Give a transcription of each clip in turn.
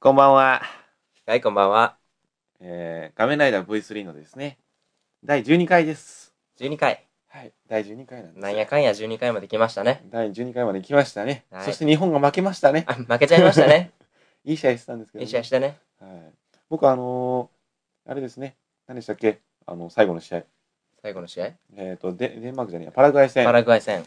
こんばんは。はい、こんばんは。えー、仮面ライダー V3 のですね、第12回です。 12回。はい、第12回なんです。なんやかんや12回まで来ましたね。第12回まで来ましたね。はいそして日本が負けましたね。あ、負けちゃいました ね。いい試合してたんですけど、いい試合してね。はい。僕あのーあれですね、何でしたっけあの、最後の試合。最後の試合。えっ、とデ、デンマークじゃねえや、パラグアイ戦。パラグアイ戦。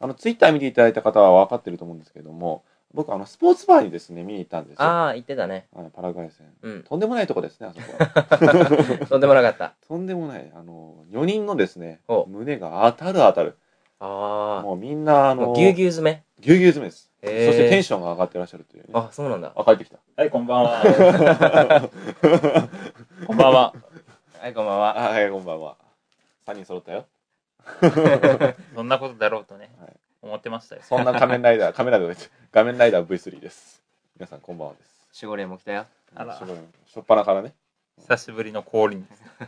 あの、ツイッター見ていただいた方は分かってると思うんですけども、僕あの、スポーツバーにですね、見に行ったんですよ。ああ、言ってたね。はい、パラグアイ戦。うん。とんでもないとこですね、あそこは。 とんでもなかった。とんでもない。あの、4人のですねほ、う胸が当たる当たる。 あもうみんな、ああ。もの、うぎゅうぎゅう詰め。ぎゅうぎゅう詰めです。そへーしてテンションが上がってらっしゃるというね、あ、そうなんだ。あ、帰ってきた。はい、こんばんは。 こんばんは。はい、こんばんあ、は。はい、こんばんは。3人揃ったよ。そんなことだろうとね、はい思ってましたよ。そんな仮面ライ ダー、仮面ライダーです。画面ライダー V3 です。皆さん、こんばんはです。守護霊も来たよ。あらすごいしょっぱなからね。久しぶりの氷に。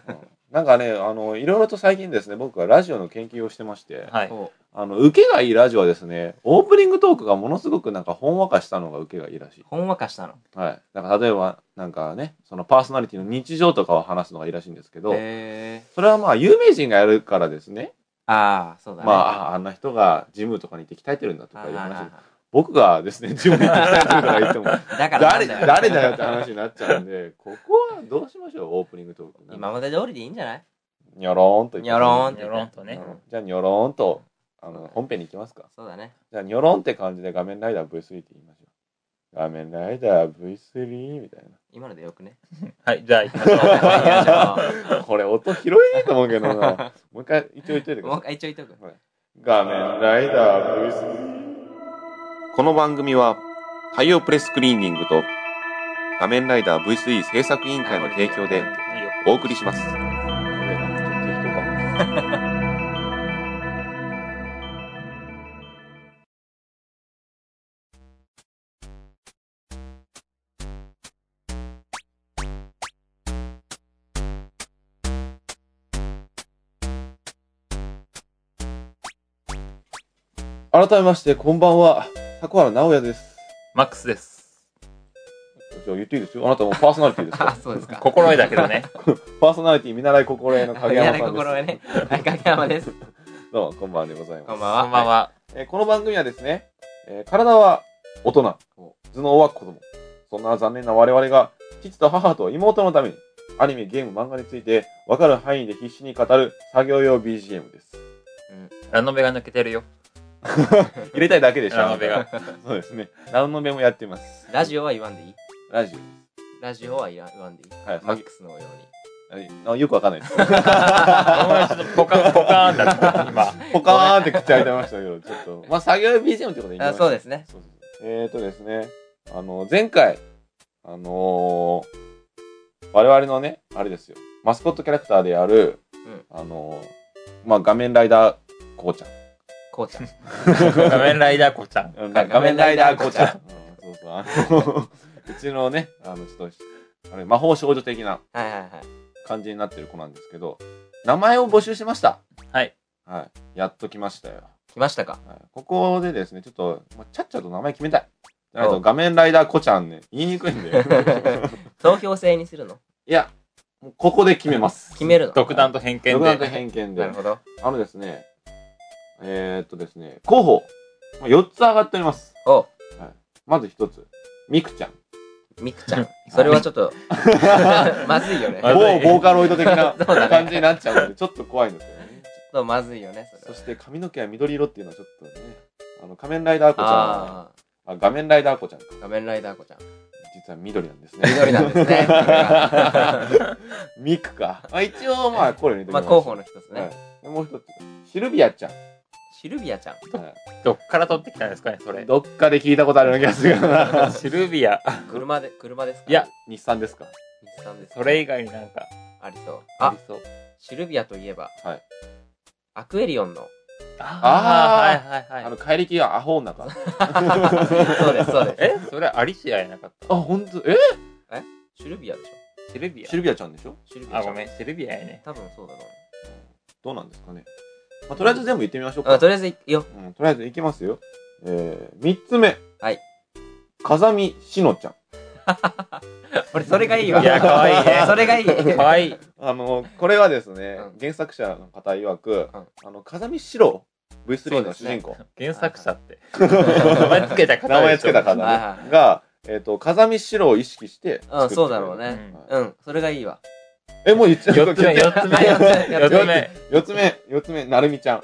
うんなんかね、あの、いろいろと最近ですね、僕はラジオの研究をしてまして、はい。そ。。あの、受けがいいラジオはですね、オープニングトークがものすごくなんかほんわかしたのが受けがいいらしいうほんわかしたの。はい。だから例えば、なんかね、そのパーソナリティの日常とかを話すのがいいらしいんですけど、へえ。それはまあ、有名人がやるからですね。ああ、そうだね。まあ、ああんな人がジムとかに行って鍛えてるんだとあかいう話。あ僕がですね、ジムに行って鍛えてるとか言っても、だ からな誰んだよ誰だよって話になっちゃうんで、ここはどうしましょう、オープニングトーク。今まで通りでいいんじゃないにょろーんと行きにまょすろーんってニョロンとね。じゃあ、にょろーんと、あの、本編に行きますか。そうだね。じゃあ、にょろんって感じで画面ライダー V3 って言いましょう。画面ライダー V3 みたいな。今のでよく ね。はい、じゃあ行きましょう。 これ音拾えねえと思うけどな。もう一回一応言っといてくだ もうさ一い。回ちょいとく。画面ライダー V3。この番組は、太陽プレスクリーニングと、画面ライダー V3 制作委員会の提供でいいよお送りします。改めまして、こんばんは。迫原直也です。マックスです。じゃあ言っていいですよ。あなたもうパーソナリティです あか、そうですか。心得だけ どね。パーソナリティ見習い心得の影山さんです。心得ね。はい、影山です。どうも、こんばんはでございます。こんばこんばんは。えーこの番組はですね、えー体は大人、頭脳は子供。そんな残念な我々が、父と母と妹のために、アニメ、ゲーム、漫画について、わかる範囲で必死に語る作業用 BGM です。ラノベが抜けてるよ。入れたいだけでしょ。ラノベが。そうですね。ラノベもやってます。ラジオは言わんでいいラジラジオは言わ言わんでいいオ。はい、マさックスのように。あよくわかんないです。 あんまりちょっとポカンポカーンだった、今。ポカーンって口開いてましたけど、ちょっ と。まあ、作業用 BGM ってことでいいあそうですね。そうそうえーとですね、あの、前回、あのー我々のね、あれですよ、マスコットキャラクターである、うんあのーまあ、画面ライダー、こうちゃん。こうちゃん。画面ライダー子ちゃん。うん画画面面ラライイダダーー、ここううちちゃゃんん。そうそう、あの、うちのね、あの、ちょっと、あれ、魔法少女的なはいはいはい。感じになってる子なんですけど、名前を募集しました。はい。はい。やっと来ましたよ。来ましたかはいここでですね、ちょっと、まあ、ちゃっちゃと名前決めたい。じゃないおと画面ライダーこちゃんね、言いにくいんで。投票制にするのいや、もうここで決めます。決めるの独断と偏見独断とで。偏見なでる。ほど。あのですね、えー、っとですね、候補、まあ4つ上がっております。おまず1つ、みくちゃん。みくちゃん。それはちょっと、まずいよね。ちまょずっい某ボーカロイド的な そうだね感じになっちゃうので、ちょっと怖いんですよね。とまずいよね、そそれは。して髪の毛は緑色っていうのはちょっとね、あの、仮面ライダーこちゃんは、ああ、画面ライダーこちゃんか。あ、仮面ライダーこちゃん。実は緑なんですね。緑なんですね。 ミクか。まあ一応、まあ、これにまあ候補の一つはいね。でもう一つ。シルビアちゃん。シルビアちゃん。はいどっから取ってきたんですかね、それ。どっかで聞いたことあるような気がするけどな。シルビア。車で、車ですかいや、日産ですか日産です。それ以外になんか、ありそう。りあ、そう。シルビアといえば、はいアクエリオンの。 あああ、はいはいあはいの、。怪力はアホ女 か。そうです、そうです。えそれアリシアやなかったあ、ほんと、えシルビアでしょシルビアシルビアちゃんでしょシルビアちゃあ、ごめん、シルビアやね。多分そうだと思どうなんですかね。まあ、とりあえず全部言ってみましょうう。か。あとうりあえずいいよ。ん、とりあえずいきますよ。えー、三つ目。はい。風見しのちゃん。俺、それがいいわ。いや可愛いねそれがいい。可愛いあのこれはですね、うん原作者の方曰く、うんあの風見四郎そ V3 うのです主ね人 公、原作 者って。名前つけた方名前つけた方、でねしはいはいが、えっと風見四郎を意識して作ってくれるうん、そうだろうね。はいうん、それがいいわ。えもう一ょ四つ目、四つあ四つ目。目四つ目四4つつ目。目4つ目なるみちゃん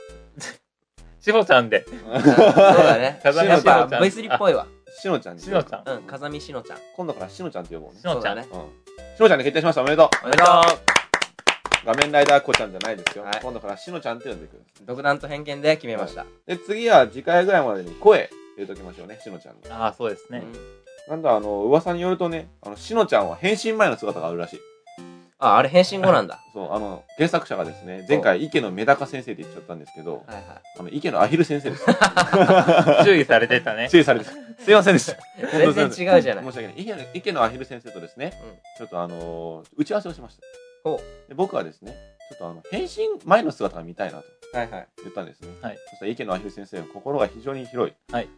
しほちゃんで。うんそうだね。風見やっぱしのちゃん V3 っぽいわ。しのちゃんにしのちゃん。うん、風見しのちゃん。今度からしのちゃんって呼ぼうねしそのうちゃだん。ね。うんしのちゃんに決定しましたおめでとおめでとうう画面ライダーこちゃんじゃないですよ、はい今度からしのちゃんって呼んでくる独断と偏見で決めました。で次は次回ぐらいまでに声入れときましょうねしのちゃんのああ、そうですね。うんなんだあの噂によるとねあのしのちゃんは変身前の姿があるらしいあ、あれ変身後なんだ。そうあの原作者がですね前回池野メダカ先生って言っちゃったんですけどはいはあの池野アヒル先生です注意されてたね。注意されてすいませんでしたい。全然違うじゃない申。し訳ない池野池野アヒル先生とですね、うんちょっとあのー打ち合わせをしましたおで僕はですねちょっとあの変身前の姿が見たいなとはいはい。言ったんですね、はいそしたら池野アヒル先生は心が非常に広い、はい、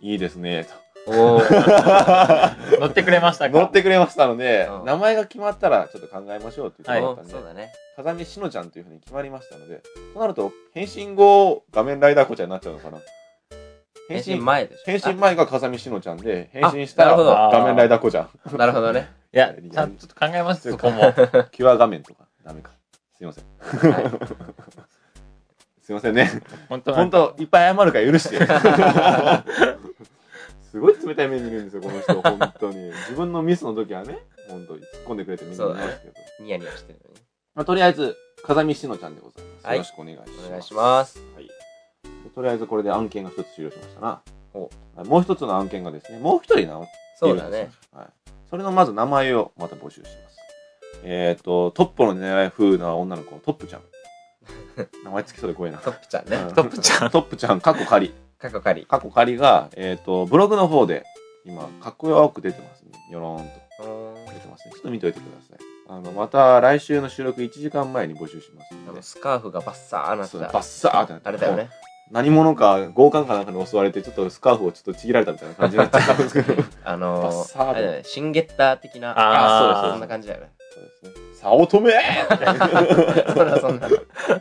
いいですねとおー。乗ってくれましたか乗ってくれましたので、うん名前が決まったらちょっと考えましょうって言ってもらったんで、そうだね。風見しのちゃんというふうに決まりましたので、となると、変身後、画面ライダーこちゃんになっちゃうのかな変身前でしょ。変身前が風見しのちゃんで、変あ身したなるほどら画面ライダーこちゃん。あなるほどね。いや、ちゃんとちょっと考えます、そこも。キュア画面とか、ダメか。すいません。はすいませんね。本当本は。当いっぱい謝るから許して。 すごい冷たい目に見るんですよ、この人、本当に。自分のミスの時はね、本当に突っ込んでくれてみんなそう見だねますけど。いニヤニヤしてるのね。まあ、とりあえず、風見しのちゃんでございます。はいよろしくお願いします。お願いします。はい。でとりあえずこれで案件が一つ終了しましたな。おもう一つの案件がですね、もう一人なそうだね。。はい。それのまず名前をまた募集します。えっ、と、トップの狙い風な女の子、トップ ちゃん。名前つきそうで怖いな。トップちゃんね。トップちゃん。トップちゃん、過去仮。過去仮。過去仮が、えっ、と、ブログの方で、今、かっこよく出てますね。よろーんとうーん出てますね。ちょっと見ておいてください。あの、また来週の収録1時間前に募集しますあのので、スカーフがバッサーなっそてうたバッサーってなってあれだよね。何者か強姦かなんかに襲われてちょっとスカーフをちょっとちぎられたみたいな感じになっちゃったんです けどそうあバのッサーでー、あれだよねシンゲッター的な、ーそうあですそんな感じだよね。ですね「早乙女!」そらそ んな。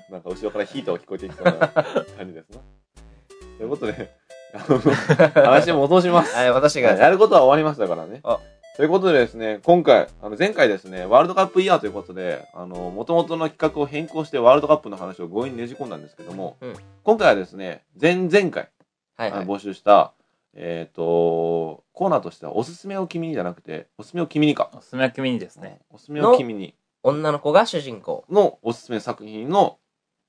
なんか後ろからヒートが聞こえてきそうな感じです なということであの話を戻しますはい、私が、やることは終わりましたからねあということでですね今回あの前回ですねワールドカップイヤーということであの元々の企画を変更してワールドカップの話を強引にねじ込んだんですけども、うん今回はですね前々回はいはあのい。募集した、えっ、と、コーナーとしては、おすすめを君にじゃなくて、おすすめを君にか。おすすめは君にですね。おすすめを君に女の子が主人公。のおすすめ作品の、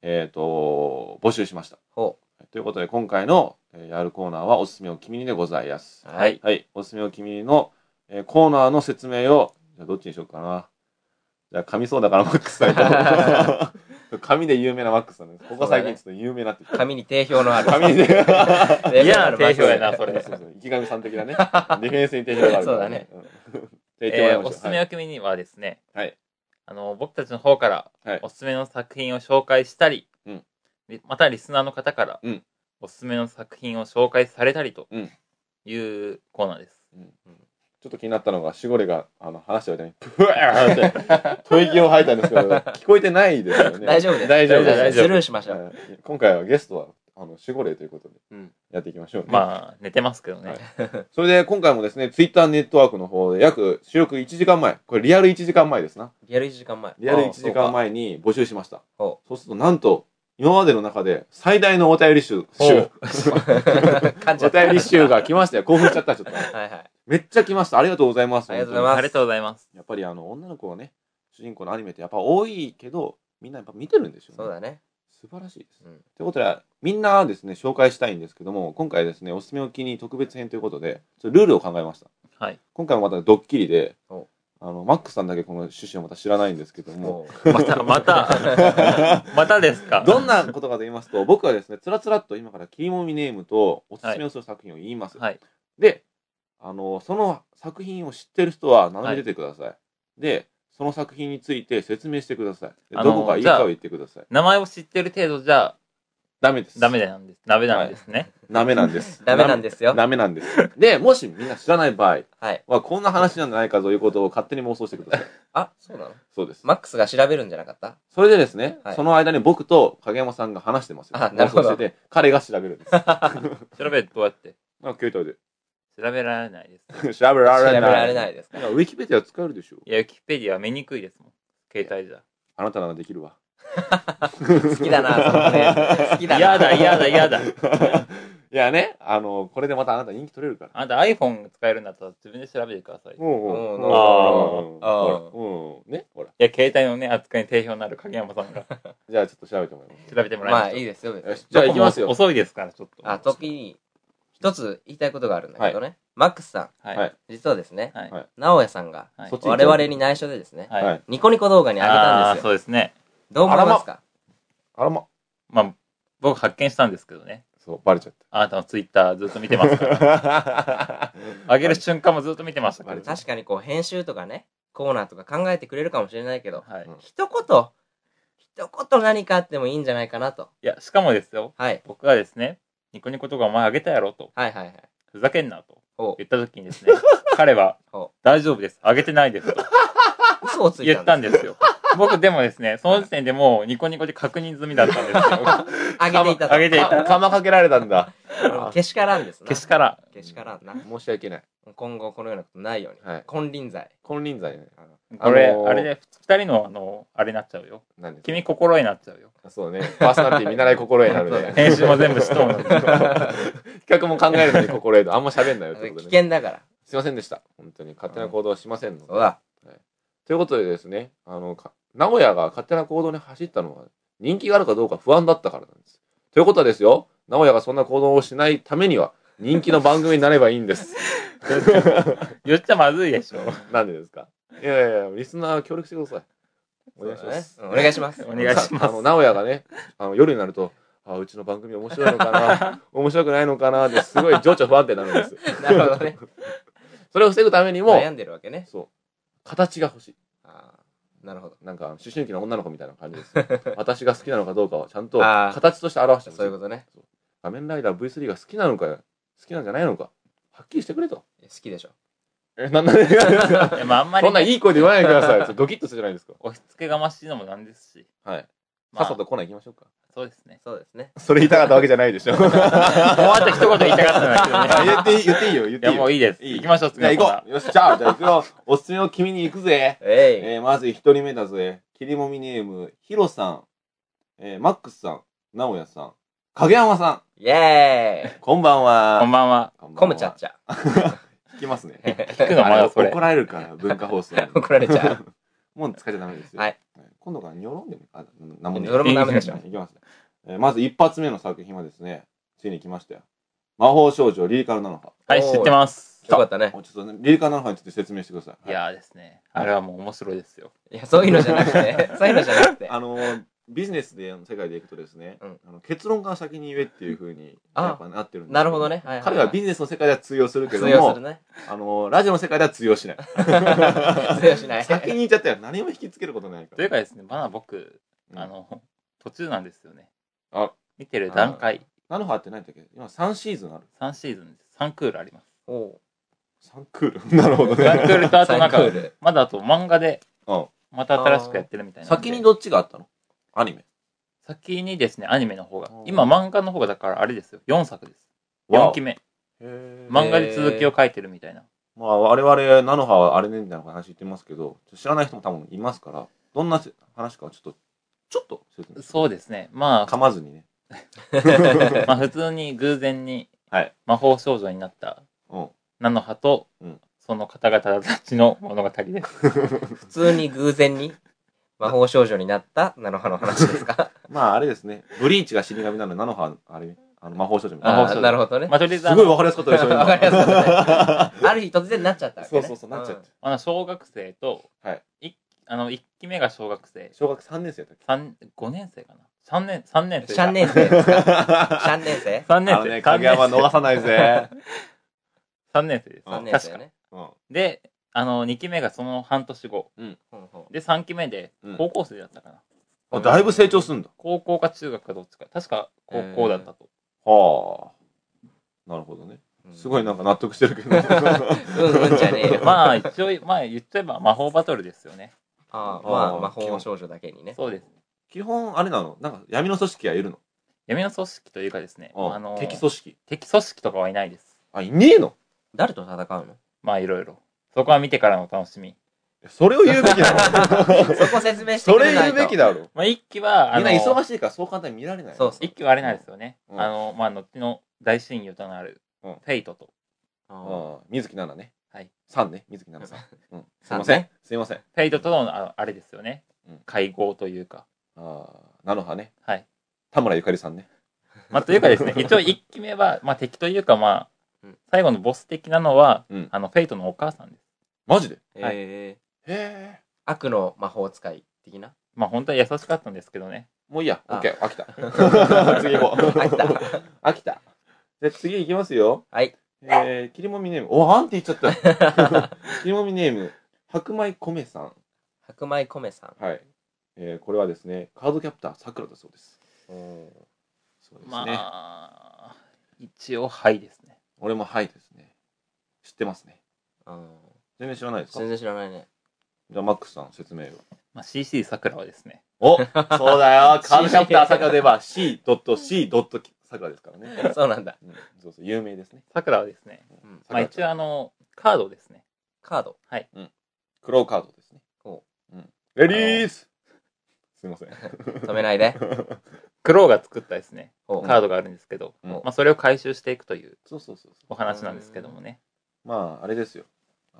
えっ、と、募集しました。ほということで、今回の、えーやるコーナーは、おすすめを君にでございます。う。はい。はい、おすすめを君にの、えーコーナーの説明を、じゃあどっちにしようかな。じゃあ、噛みそうだから、マックスさんと。紙で有名なマックスさんです。ここ最近ちょっと有名になってきた。紙に定評のある。紙で。定評のある嫌な定評やなマックそそれれそうそう池上さん的なねディフェンスに定評があるからうんじゃあ言ってもらえいーましょうおすすめは君にはですね、はいあの僕たちの方からはいおすすめの作品を紹介したり、うんでまたリスナーの方からうんおすすめの作品を紹介されたりとうんいうコーナーです。ちょっと気になったのが守護霊があの話してる間にプワーって吐息を吐いたんですけど聞こえてないですよね大丈夫です。大丈夫です大丈夫スルーしましょう。はい今回はゲストはあの守護霊ということでうんやっていきましょうね、まあ寝てますけどね。はいそれで今回もですねツイッターネットワークの方で約収録1時間前これリアル1時間前ですなリアル1時間前。リアルああ1時間前に募集しましたほそうするとなんと今までの中で最大のお便り集ほ集う噛んじ おゃった。便り集が来ましたよ興奮しちゃったちょっとはいはい。めっちゃ来ました。ありがとうございます。ありがとうございますありがとうございます。やっぱりあの女の子はね、主人公のアニメってやっぱ多いけど、みんなやっぱ見てるんでしょそうだね。素晴らしいです。うんということで、みんなですね、紹介したいんですけども、今回ですね、おすすめを機に特別編ということで、ちょっとルールを考えました。はい。今回もまたドッキリでお、あの、マックさんだけこの趣旨をまた知らないんですけども、もまたまた またですか。 どんなことかと言いますと、僕はですね、つらつらっと今から切りもみネームとおすすめをする作品を言います。はい。で、あの、その作品を知ってる人は名乗り出てください。で、その作品について説明してください。であのどこがいいかを言ってください。名前を知ってる程度じゃダメです。ダメなんです。ダメなんですね。ダメなんです。ダメなんですよダメなんです。で、もしみんな知らない場合はい。は、こんな話なんじゃないかということを勝手に妄想してください。あ、そうなの そうです。マックスが調べるんじゃなかったそれでですね、はいその間に僕と影山さんが話してますよ。あなるほ妄想どしてて、彼が調べるんです。あ調べるどうやって携帯調べられないです。で。調べら調れない。べられないですいやウィキペディア使えるでしょ。いや、ウィキペディア見にくいですもん。携帯じゃ。あなたならできるわ。好きだな、そのね。好きだな。嫌だ、嫌だ、嫌だ。いやね、あの、これでまたあなた人気取れるから。あんた iPhone 使えるんだったら自分で調べてください。いうんうんうんうあーんほらうんね、ほら。や、携帯のね、扱いに定評のある影山さんがじゃあちょっと調べてもらいま調べてもらいままあ、しいいですよ、別す。よにし。じゃあ行きますよ。遅いですから、ちょっと。あ、時に、一つ言いたいことがあるんだけどね。マックスさん、はい。ははいい。実はですね、はいはい直哉さんが、はいそっち行っ我ちゃう々に内緒でですね、はい。あニコニコ動画にあげたんあーですそよ。うですね。どう思いますかあらま。まあ、僕発見したんですけどね。そう、バレ ちゃっあなたのツイッターずっと見て ますから。た。上げる瞬間もずっと見てましたから。確かにこう、編集とかね、コーナーとか考えてくれるかもしれないけど、はい。一言、一言何かあってもいいんじゃないかなと。いや、しかもですよ。はい。僕がですね、ニコニコとかお前あげたやろと。はいはいはい。ふざけんなとおう言った時 にですね、彼はお、大丈夫です。あげてないですと嘘をつい言たっんでたんですよ。僕でもですね、その時点でもうニコニコで確認済みだったん ですあげていたと。あげていたかかまかけられたんだ。これもけしからんですな。けど、けしからけしからんな。申し訳ない。今後このようなことないように。はい。金輪際。金輪際ね。ん、これ、あのーあれで、二人の、あの、あれになっちゃうよ。なんです君心になっちゃうよ。そうね。パーソナリティ見習い心得になる ね。編集 も全部しとんのに企画も考えるのに心得と。あんま喋んないよってこ危と ね。険だから。すいませんでした。本当に。勝手な行動はしませんので。そうだ。ということでですね、あの、か名古屋が勝手な行動に走ったのは、人気があるかどうか不安だったからなんです。ということはですよ、名古屋がそんな行動をしないためには、人気の番組になればいいんです。 言っちゃまずいでしょ。なんでですかいやいやいや、リスナー協力してください。お願いします。そうだねうんお願いします。お願いしますさあの、名古屋がね、あの夜になると、あ、うちの番組面白いのかな、面白くないのかなって、すごい情緒不安定になるんです。なるほどね。それを防ぐためにも、悩んでるわけね。そう、形が欲しい。あーなるほど。なんか、思春期の女の子みたいな感じです。私が好きなのかどうかは、ちゃんとあー形として表してほしそういうことね。仮面ライダー V3 が好きなのか、好きなんじゃないのか、はっきりしてくれと。いや好きでしょ。え、なんだね。いやまあ、あんまそりんなね、いい声で言わないでください。ちょっとドキッとするじゃないですか。押し付けがましいのもなんですし。はい。まあ、さっさとコーナー行きましょうか。そうですね。そうですね。それ言いたかったわけじゃないでしょ。もうあと一言言いたかったんだけどね。言 っていい、言っていいよ、言っいや、もういいです。いい行きましょう、じゃあ次のコーナ行こう。よし、じゃあ、じゃあ行くよ。 おすすめを君に行くぜ。えい。えー、まず一人目だぜ。キリモミネーム、ヒロさん、えー、マックスさん、ナオヤさん、影山さイエん、こんばんー。は。こんばんは。こんーイばコんはムちゃっちゃ。聞きます ね。聞くのまだそれ怒。られるから、文化放送。怒られちゃう。もう使っちゃダメですよ。はい。今度からニョロンでも、あ、なもどねれもダメでしじゃ ょあ。いきますね、えーまず一発目の作品はですね、ついに来ましたよ。魔法少女リリカルなのか。はい、知ってます。よかったね。もうちょっとねリリカルなのかについて説明してください。いやーですね。あれはもう面白いですよ。いや、そういうのじゃなくて。そういうのじゃなくて。あのービジネスであの世界でいくとですね、うんあの結論から先に言えっていうふうにあやっぱなってるんですけなるほどね。はいいい。彼はビジネスの世界では通用するけど通用すも、るね。あのーラジオの世界では通用しない 通用しない。先に言っちゃったら何も引きつけることないからというかですね、まだ僕、うんあの、 途中なんですよね。あ見てる段階、ナノハってないんだっけ今3シーズンある3シーズンです。3クールあります。おう3クール なるほど3クールとあとなんかサンクー、ルまだあと漫画で、うんまた新しくやってるみたいなんで。先にどっちがあったのアニメ先にですね、アニメの方がうん。今漫画の方がだからあれですよ。4作です。4期目目。ま漫画で続きを書いてるみたいな。まあ我々ナノハはあれねみたいな話言ってますけどちょっと知らない人も多分いますからどんなせ話かはちょっとちょっと説明そうですね。ま噛あ、まずにねまあ普通に偶然にはい魔法少女になったうん菜の葉とうん、その方々たちの物語です。普通に偶然に魔法少女になった菜の葉の話ですかまああれですね。ブリーチが死神なのナノハ、あれ、あの魔法少女みたい魔な。法あ少ー女なるほどね。まあとりあえずあすごいの、分かりやすかった でしょ、わかりやすか今。ある日突然なっちゃったわけそね。うそうそう、なっちゃって。あの小学生と、はいいあの、1期目が小学生、小学3年生だっ三5年生かな ?3 年、三年う生ん。か。 3年生ですかけ ?3 年生三年あの生。ね、三影年山生逃さないぜ。 3年生です。うん ?3 年生確か。ね。うん。で、あの、2期目がその半年後。ほうほうで、3期目でうん高校生だったかな。あだいぶ成長するんだ。高校か中学かどっちか。確か高校だったと。はあ。なるほどね。すごいなんか納得してるけど。うんうんじゃねえ よまあ一応、まあ言っちゃえば魔法バトルですよね。ああ、あまああ、魔法少女だけにね。そうです。基本、あれなのなんか闇の組織はいるの闇の組織というかですね、あの敵組織。敵組織とかはいないです。あ、いねえの誰と戦うのまあいろいろ。そこは見てからの楽しみ。それを言うべ きなのそこ説明してそくれれな言いうと。べきだろ。まあ一期は、あみんのな忙しいからそう簡単に見られない。そうそう一期はあれなんですよね。うんあの、まあ後の大親友となる、うんフェイトと。あああ、水木奈々ね。はい。さんね、水木奈々さ ん。うん。すいまさせんん。すいません。フェイトとのああれですよねうん。会合というか。ああ、なのはね。 はい。田村ゆかりさんね。まあというかですね、一応一期目は、まあ敵というかまあうん、最後のボス的なのは、うん。あの、フェイトのお母さんです。マジであはいええへえ。悪の魔法使い的な。まあ本当は優しかったんですけどね。もういいや。オあッケー。飽き た。次行こう。飽きた。飽きた。じゃあ次行きますよ。はい。えー、切りもみネーム。お、あんって言っちゃ った。切りもみネーム。白米米さん。白米米さはい。えー、これはですね、カードキャプターさくらだそうです。ん。おーそうですね。まあ、一応はいですね。俺もはいですね。知ってますね。うん全然知らないですか全然知らないね。じゃあマックスさん説明を。まあ CC さくらはですね。 おそうだよ。カードキャプターさくらで言えば C.C. さくらですからね。そうなんだ。うん、そうそう、有名ですね。さくらはですね、うんさまあ一応あの、カードですね。カード。黒カードですね。おうん、レディースすいません。止めないで。クロウが作ったですね、おカードがあるんですけど、うんまあそれを回収していくというそうそうそうそお話なんですけどもね。う。まあ、あれですよ。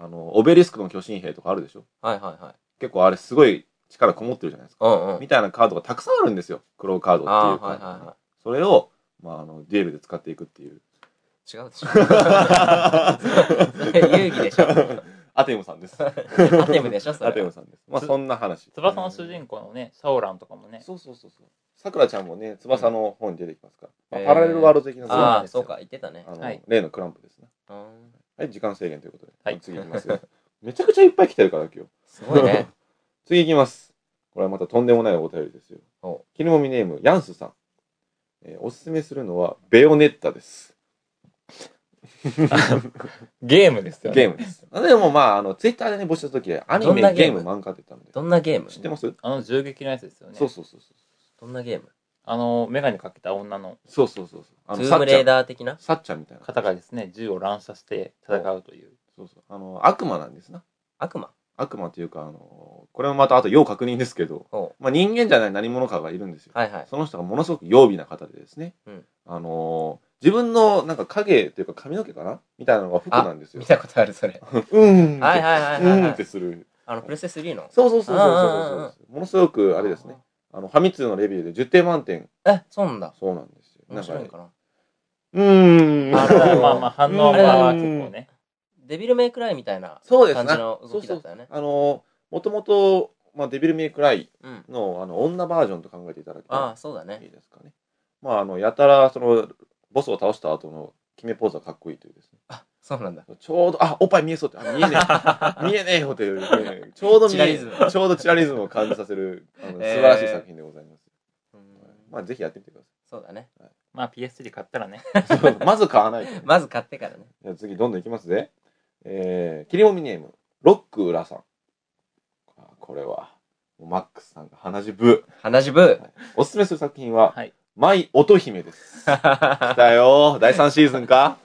あの、オベリスクの巨神兵とかあるでしょはいはいはい。結構あれすごい力こもってるじゃないですか。うんうん。みたいなカードがたくさんあるんですよ。黒カードっていうああか、ー、はいはいはそれを、まあ、あの、デュエルで使っていくって いう。い。違うでしょ。遊戯でしょ。 アテムさんです。 アテムでしょ、それ。アテムさんです。まあ、そんな話。翼の主人公のね、シャオランとかもね、そうそうそうそう。さくらちゃんもね、翼の方に出てきますから。えーまあ、パラレルワールド的なそうなあんであ、すよそうか、言ってたね。あの、はい例のクランプですね。うんはい、時間制限ということで。はい次いきますよ。 めちゃくちゃいっぱい来てるから、今日。すごいね。 次いきます。これはまたとんでもないお便りですよお。キルモミネーム、ヤンスさん。えーおすすめするのは、ベヨネッタです。ゲームですよね。ゲームです。 あでもまあ、あの、ツイッターでね、募集した時、アニどんメ、なゲゲーーム、ム漫画って言ったんで。どんなゲーム知ってますあの銃撃のやつですよね。そうそうそうそう。どんなゲームあの、メガネかけた女のそうそうそうそう。あトの、ゥサーッムチレーャン。ダー的なサッチャンみたいな。方がですね、銃を乱射して戦うという。そうそう。あの、悪魔なんですな。悪魔悪魔というか、あの、これもまたあと要確認ですけど、おうまあ、人間じゃない何者かがいるんですよ。はいはい。その人がものすごく曜日な方でですね、うんあのー自分のなんか影というか髪の毛かなみたいなのが服なんですよ見。たことある、それ。うんって、はいはいはいはいはういんってする。あの、プレステ3の。そうそうそうそうそううんうんうんそう。ものすごくあれですね。。あの、ハミツのレビューで10点満点。え、そうなんだ。そうなんですよ。面白いんかかねな。うーん。あのまあまあ反応は結構ね。デビルメイクライみたいなそうです感ねじ。の動きだったよね。あのー、もともと、まあ、デビルメイクライうん。のあの女バージョンと考えていただけたあらあ、そうだいいね。ですかね。まあ、あの、やたら、その、ボスを倒した後の決めポーズはかっこいいというですね。あ、そうなんだ。ちょうど、あ、おっぱい見えそうって、あ、見えねえ、 見えねえよっていう、ちょうど見チラリえズムちょうどチラリズムを感じさせる、あの、素え晴ーらしい作品でございます。うんまあ、ぜひやってみてくそうだね。まあ PS3 買ったらね。だ さい。まず買わないと。じまず買ってからね。ゃあ次、どんどんいきますぜ。えー、切りもみネーム、ロック浦さん。あこれは、もうマックスさんが鼻血ブ鼻血ブー。おすすめする作品は、はい。マイ乙姫です。 ー。来たよ第3シーズンか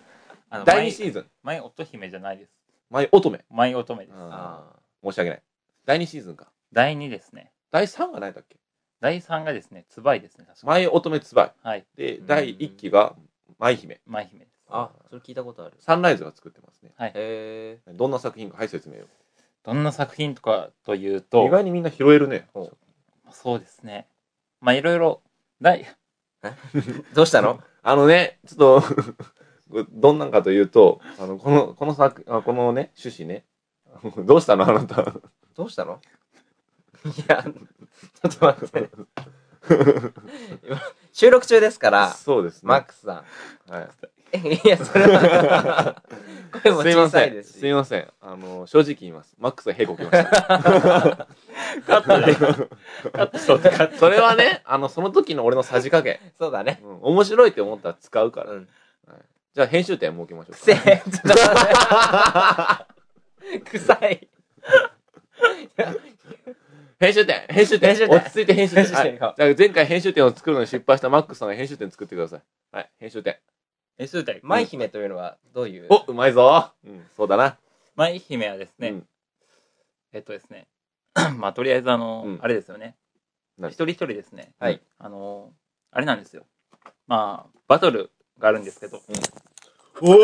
あの第2シーズン。前乙姫じゃないです。マイ乙女。舞乙女です。ああー申し訳ない。第2シーズンか。第2ですね。第3がないだっけ第3がですね、つばいですね、確かマイ乙女つばい。はい。で、ん第1期が舞姫。舞姫です。あ。あ、それ聞いたことある。サンライズが作ってますね。へえ。どんな作品か、はい、説明どんな作品とかというを。と意、外にみんな拾えるね。ほうそうですね。まあいろいろ、第、どうしたのあのね、ちょっと、 どんなんかというと、あの、この、この作、あこのね、趣旨ね。 どうしたのあなた。どうし たのいや、ちょっと待って。収録中ですから、そうですね。マックスさん。はい。いや、それは、 声もすいま小させいでん。すすし。いません。あの、正直言います。マックスは屁こきました。カットだよ。カットしとってカット。それはね、あの、その時の俺のさじ加減。そうだね。うん面白いって思ったら使うから。うん。じゃあ編集点設けましょうくか。せえ。ちょっと待って臭い。 編集点編集点編集点落ち着いて編集点編集点はいじゃあ前回編集点を作るのに失敗したマックスさんが編集点作ってください。はい、編集点。え、そうだよ。舞姫というのはどういうお、うまいぞうん、そうだな。舞姫はですね、うんえっとですね、 まあとりあえずあの、うんあれですよね。何一人一人ですね。はい。あの、あれなんですよ。まあバトルがあるんですけど、お おおい、もう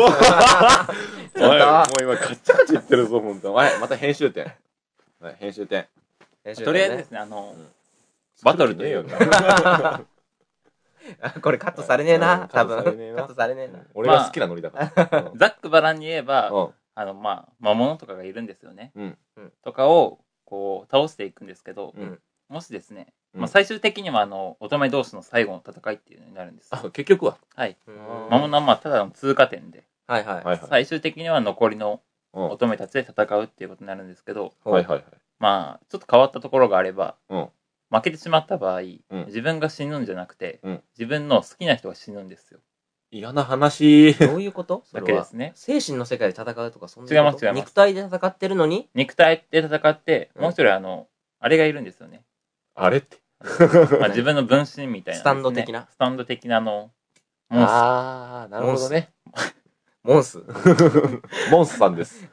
やった今カッチャカチャ言ってるぞ、ほんと。はい、また編集点。はい、編集点。練習だとねりあえずですね、あの、うんバトルというか、あこれカットされねえうんな、多カ分。ットカされねえなットされねえな。 俺が好きなノリだから。うんざっくばらんに言えば、うんあのまあ魔物とかがいるんですよね。うんうんとかをこう倒していくんですけど、うんもしですね、うんまあ最終的にはあの乙女同士の最後の戦いっていうのになるんですよ。あ、結局は。はい。うん魔物はまあただの通過点で、はいはい。はいはい。最終的には残りのうん乙女たちで戦うっていうことになるんですけど、はいはいはい。まあちょっと変わったところがあれば、うん負けてしまった場合、ん自分が死ぬんじゃなくて、うん自分の好きな人が死ぬんですよ。嫌な話。どういうことそだれけではす。ね。精神の世界で戦うとかそんなこと違います違います肉体で戦ってるのに肉体で戦って、うんもう一人あの、あれがいるんですよね。あれって。まあ、自分の分身みたいな、スタンド的なスタンド的なあの、モンスあー、なるほどね。モンス。 モンスさんです。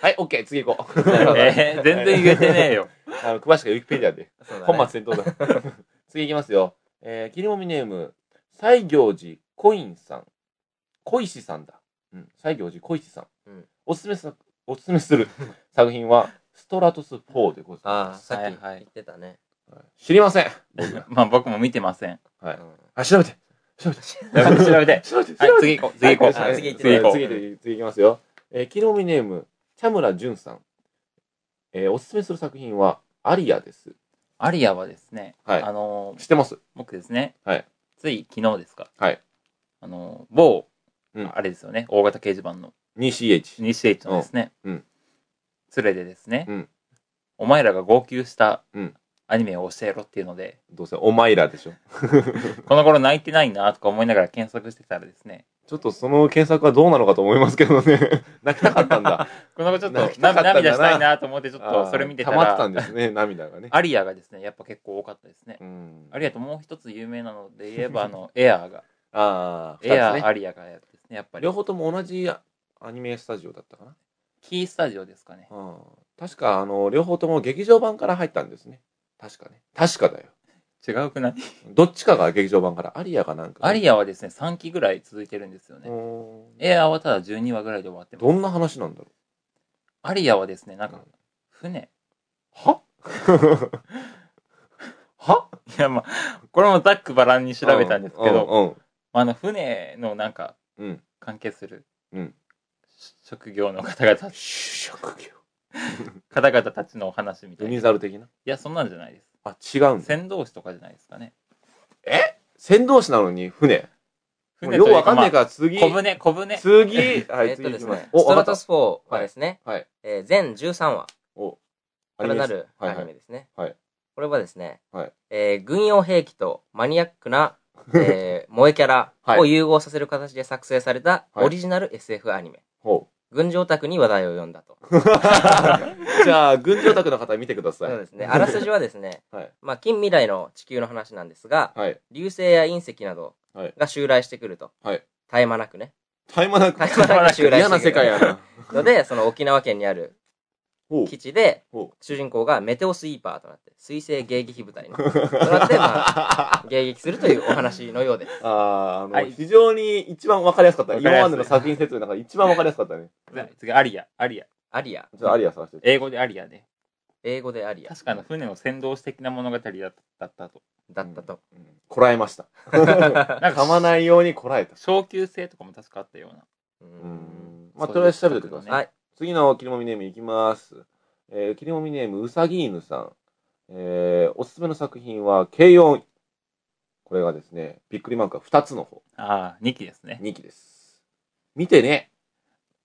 はい、オッケー、次行こ う。なるほどえー全然言えてねえよ。 あの詳しくはウィキペディアで。そうだね本末転倒だ。 次行きますよ。えー、切りもみネーム、西行寺コインさん。小石さんだ。うん、西行寺小石さん。うんおすすめさ、おすすめする作品は、ストラトス4でございああ、ます。さっきはいは言いってたね。。はい知りません。まあ僕も見てません。はいうんあ、調べて。調べて。調べ て。調べて。調べてはい、次行こう。次行こはう。い次行って次く行だこさうい次行きますよ。えー、キノミネーム、茶村淳さん。えー、おすすめする作品は、アリアです。アリアはですね、はいあのー知ってます僕ですね、はいつい昨日ですか、はいあのー某、うんあれですよね、大型掲示板の 2CH。西エイチのですね、うんうん連れでですね、うんお前らが号泣したうんアニメを教えろっていうので、どうせ、お前らでしょ。この頃泣いてないなとか思いながら検索してたらですね、ちょっとその検索はどうなのかと思いますけどね。 泣きたかったんだ。この頃ちょっ泣きとたかったんだな涙したいなと思 ってちょっとそれ見てたあー溜まってたらんですね、涙がね。アリアがですねやっぱ結構多かったですね、うんアリアともう一つ有名なので言えばあのエアーが、あーエア 二つね。ーアリアがやっですねやっぱり両方とも同じアニメスタジオだったかな。キースタジオですかねうん確か、あの、両方とも劇場版から入ったんですね。確かね。確かだよ。違うくないどっちかが劇場版から、アリアがなんかね。アリアはですね3期ぐらい続いてるんですよね、おーエアーはただ12話ぐらいで終わってまどすんな話なんだろうアリアはですねなんか船は はいやまあこれもざっくばらん に調べたんですけど、まど。ああの船のなんかうん。うん。関係する、うん職業の方々 職業。方々たちのお話みたユいなニいザル的な。やそんなんじゃないですあ、違うんだ。船頭士とかじゃないですかね。船頭士なのに船。もう船よとういうわかんないまから次。あ小舟、小舟。次。はえい、次っとで行きすますね、。お、ストわかラっトた。ス4はですね、はい。えー全13話お、からなるアニメですはいアはいニメですね。はいこれはですね、はいえー軍用兵器とマニアッ クな、えー萌えキャラを融合させる形で作成されたはいオリジナル SF アニメ。ほ軍事オタクに話題を読んだと。う。じゃあ、軍事オタクの方見てくださそうい。ですね。あらすじはですね、 はい。まあ、近未来の地球の話なんですが、はい。流星や隕石などはいが襲来してくると。はい絶え間なくね。 絶え間なく絶え間なく襲来してくる。嫌な世界 やな。ので、その沖縄県にあるほう。基地でほう、主人公がメテオスイーパーとなって、水星迎撃 部隊にとなって、まあ、迎撃するというお話のようです。あー、あの、はい非常に一番わかりやすかった。わ今かりやすいまでの作品説明の中で一番わかりやすかったね。次、アリア、アリア。アリアちょっ。とアリア探して。英語でアリアで。英語でアリア確かの船の先導士的な物語だっ たと。だったと。うんこらえま した。なん噛か、まないようにこらえた。昇級制とかも確かあったような。ううんん。まあ、そういうとりあえず調べてください。はい。次の切りもみネームいきます。えー、切りもみネーム、うさぎ犬さん。えー、おすすめの作品は、軽音。これがですね、びっくりマークは2つの方、ああ、2期ですね。 2期です。見てね、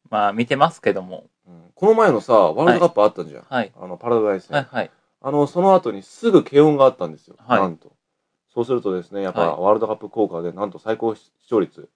まあ、見てますけども。うんこの前のさ、ワールドカップあったじゃん。はい。あの、パラダイスね、はいはい。あの、その後にすぐ軽音があったんですよ。はいなんと。そうするとですね、やっぱはワールドカップ効果で、なんと最高視聴率、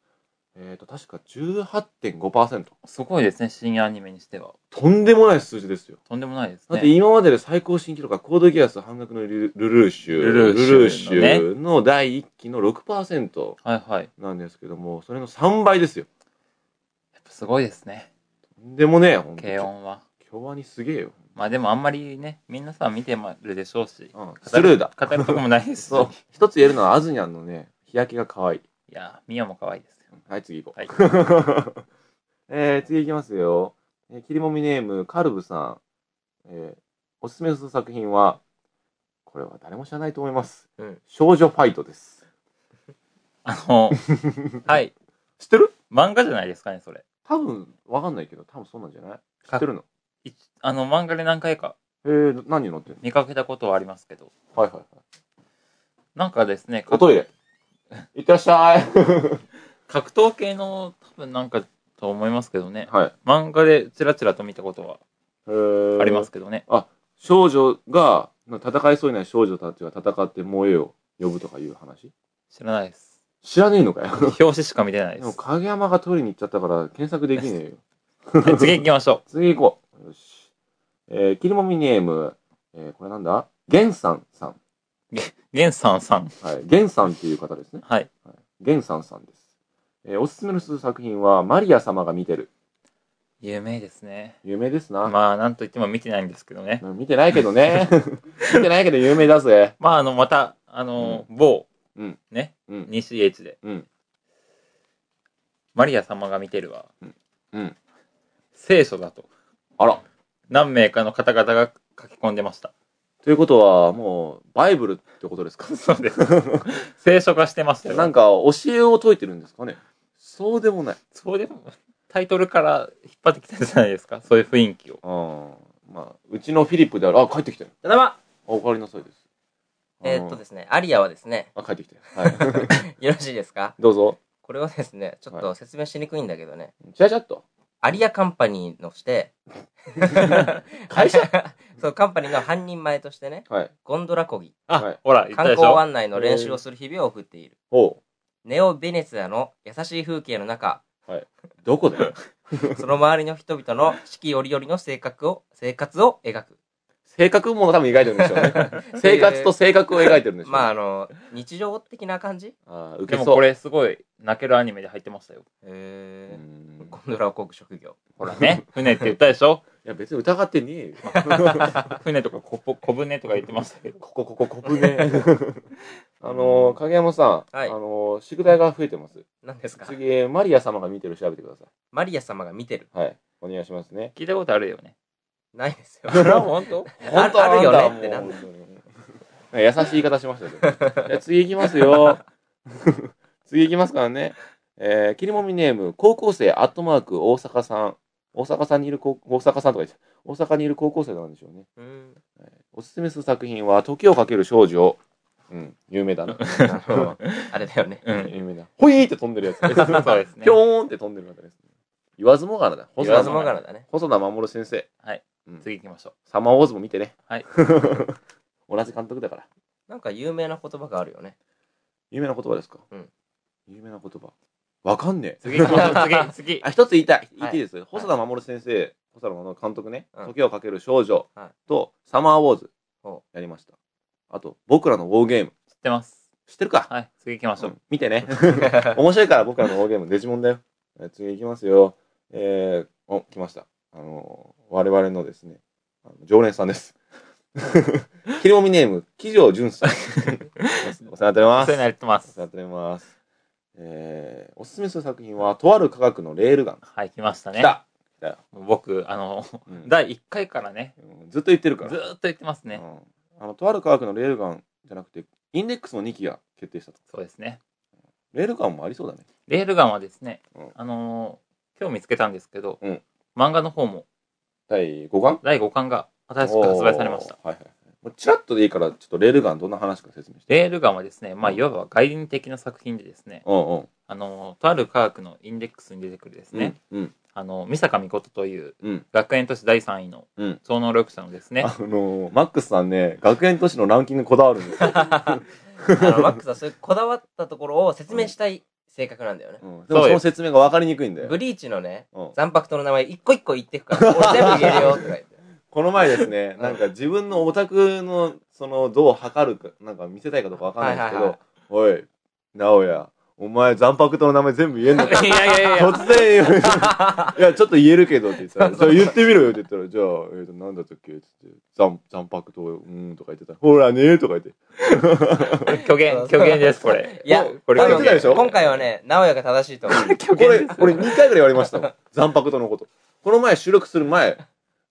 えっ、と、確か18.5%。すごいですね、新アニメにしては。とんでもない数字ですよ。とんでもないですだってね。今までで最高新記録はコードギアス半額のルルルーシュ、ルルーシュのねルルーシュの第1期の6%はいはい。やなんですけども、それの3倍ですよ。っぱすごいですね、でもね、ほんと軽。音は。京アニすげえよ。まあでもあんまりね、みんなさ、見てまるでしょうし。うん、語スるルーだ。語るとこもないですし。そう。一つ言えるのはアズニャンのね、日焼けが可愛い。いや、ミヤも可愛いですよ。はい、次行こう。はい。 えー、次いきますよ。えー、切りもみネーム、カルブさん。えー、おすすめする作品は、これは誰も知らないと思います。うん少女ファイトです。あ の、はい。知ってる漫画じゃないですかね、それ。多分、わかんないけど、多分そうなんじゃない知ってるのいあの、漫画で何回かえー、何に載ってる見かけたことはありますけど。のはいはいはい。なんかですね、おトイレ。いってらっしゃい。格闘系の多分なんかと思いますけどね。 はい。漫画でちらちらと見たことはえーあります。けどね。少女が、な戦いそうにない少女たちが戦って萌えを呼ぶとかいう話知らな いです。知らねえのかよ。表紙しか見てないででもす。影山がトイレに行っちゃったから検索できねえよ。はい次行きましょ 次行こう。よし。えー、切りもみネーム、えー、これなんだゲンさんさん。う。ゲンさんさん。はい。ゲンさんっていう方ですね。はい。はい、ゲンさんさんです。えー、おすすめのする作品は、マリア様が見てる。有名ですね。有名ですな。まあ、なんといっても見てないんですけどね。見てないけど ね。見てないけど有名だぜ。まあ、あの、また、あの、某、うんね、うん。西 H で、うんマリア様が見てるは、うん。聖書だと、あら。何名かの方々が書き込んでました。 ということは、もう、バイブルってことですかそうです。聖書化してましたよ。なんか、教えを説いてるんですかねそうでもない。そうでも、タイトルから引っ張ってきたじゃないですか。そういう雰囲気を。うん。まあ、うちのフィリップである。あ、帰ってきたよ。ただまあ、おかえりなさいです。。えーっとですすね、アリアはですね、 あ、帰ってきたよ。はい。 よろしいですかどうぞ。これはですね、ちょっはと説明しにくいんだけどね、ちゃちゃっと。アリアカンパニーのして、会社 そう、カンパニーの半人前としてね、はい。ゴンドラ漕ぎ、あ、はいほら、言った観でし光ょ。案内の練習をする日々を送っている。おう。ネオ・ベネツィアの優しい風景の中、どこだよ。その周りの人々の四季折々の性格を、生活を描く。性格も多分描いてるんでしょうね。 生活と性格を描いてるんでしょうね。まあ、あの、日常的な感じあー、受でけもそう。これすごい泣けるアニメで入ってましたよ。うえーん。ゴンドラをこぐ職業。ほら ね、船って言ったでしょ。いや、別に疑ってね えよ。船とかこぽ小舟とか言ってましたけど。ここ、ここ、こぶね。あのー、影山さん。はいあのー、宿題が増えてます。何ですか次、マリア様が見てる調べてくださマリア様が見てる。い。はい。お願いしますね。聞いたことあるよね。 ないです よ。本当ああるよねってなんだ本当に優しい言い方しましたけど。じゃあ次行きます よ。次行きますからね。えー、切りもみネーム、高校生、アットマーク、大阪さん。大阪さんにいる高、大阪さんとか言って、大阪にいる高校生なんでしょうね。うん。おすすめする作品は、時をかける少女。うん、有名だ な。あ の、あれだよね。うん。有名だ。ほいーって飛んでるやつ。そうですねぴょーんって飛んでる方ですね。言わずもがなだ。言細わ田ず守もがなだね。細田守先生。次行きましょサマーウォーズも見てね。はい。 同じ監督だから。なんか有名な言葉があるよ ね。有名な言葉ですか、うん有名な言葉わかんねう。え次行きましょ う。次、次。あ一つ言いたい言はっいていいです、細田守先生細田守監督ね「うん時をかける少女はい」と「サマーウォーズほ」やりましたあと「僕らのウォーゲーム知ってます。」知ってるか、はい。次行きましょう。うん見て ね面白いから僕らのウォーゲームデジモンだよえー次いきますよえー、お来ましたあのー我々のですねあの常連さんです ひろみネーム喜上淳 さんお世話になっておりおます世話になってまおす世話。になっております。えー、おすすめする作品は、とある科学のレールガン。はい、来ました来ね。た、僕、あの、 うん第1回からね、うんずっと言ってるずから。ーっと言ってますね。うんあの、とある科学のレールガンじゃなくて、インデックスの2機が決定したと。そうですね。レールガンもありそうだね。レールガンはですねうん、あのー、今日見つけたんですけどうん、漫画の方も第5巻第5巻が新しく発売されました。。おーはいはい。もうチラッとでいいから、ちょっとレールガンどんな話か説明して。レールガンはですね、まあ、いわば概念的な作品でですね、うんうん。あの、とある科学のインデックスに出てくるですね、うん。あの、三坂美琴といううん。学園都市第3位のうん。超能力者のですね、あのー、マックスさんね、学園都市のランキングこだわるんですよ。あのマックスはそういうこだわったところを説明したい性格なんだよね。うんでもその説明が分かりにくいんだよ。ブリーチのね、うん残白との名前一個一個言ってくから、俺全部言えるよとか言って。この前ですね、うんなんか自分のオタクの、その、どう測るか、なんか見せたいかどうかわかんないんですけはいど、おい、なおや、お前、残白との名前全部言えんのかいやいやいや、突然言う いや、ちょっと言えるけどって言った ら、そうじそゃうあ言ってみろよって言ったら、じゃあ、えっと、なんだったっけって言って、残残白と、うーんとか言ってたら、ほらねーとか言って。虚言、虚言です、これ。いや、これ多分言ってたでしょ今回はね、直哉が正しいと思う。 これ、これ2回ぐらい言われましたもん。残白とのこと。この前収録する前、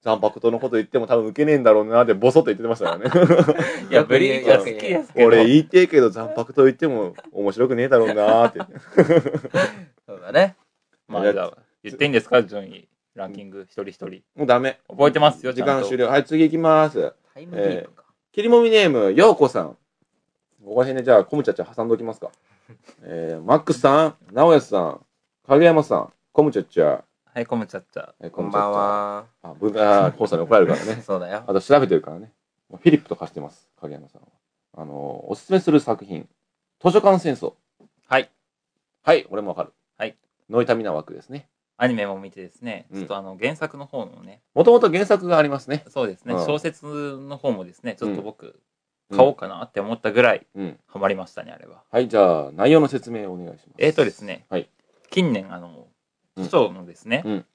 残白とのこと言っても多分受けねえんだろうなってボソッと言ってました からね。いや、ブリーチは好きですけど。俺言いてえけど残白と言っても面白くねえだろうなーって。そうだね。まあ、じゃあ、言っていいんですか、順位、ランキング、一人一人。もうダメ。覚えてますよ、時ちゃん間と終了。はい、次行きます。タイムキープか。切りもみネーム、ようこさん。ここら辺でじゃあ、コムチャチャ挟んでおきますか。えー、マックスさん、直哉さん、影山さん、コムチャチャ。はい、コムチャッチャ。えーコこムんチャばッんチャは。あ、文化放送に怒られるからね。 そうだよ。あと調べてるからね。フィリップと貸してます、影山さんは。あのーおすすめする作品。図書館戦争。はい。はい、俺もわかる。はい。ノイタミナ枠ですね。アニメも見てですね、うんちょっとあの、原作の方のね、もともと原作がありますね。そうですね、うん小説の方もですね、ちょっと僕、うん買おうかなって思ったぐらい、うん。ハマりましたね、あれは。はい、じゃあ、内容の説明をお願いします。えーとですね、はい近年、あの、うん図書のですね、うん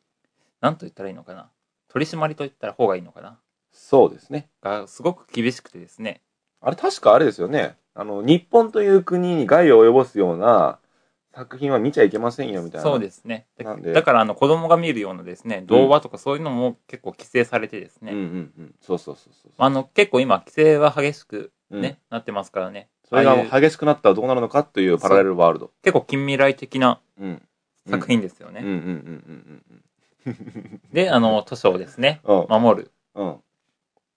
なんと言ったらいいのかな、取り締まりと言ったら方がいいのかな、そうですね。がすごく厳しくてですね、あれ確かあれですよね。あの、日本という国に害を及ぼすような作品は見ちゃいけませんよみたいな。そうですね。なだんでだから、あの、子供が見るようなですね、動画とかそういうのも結構規制されてですね、うんうんうん。そうそうそうそう。あの、結構今、規制は激しくうんね、なってますからね、それがああもいうう激しくなったらどうなるのかというパラレルワールド。結構近未来的なうん。作品ですよね。うんうんうんうんうんで、あの、図書をですね、うん。守る。うん。うん。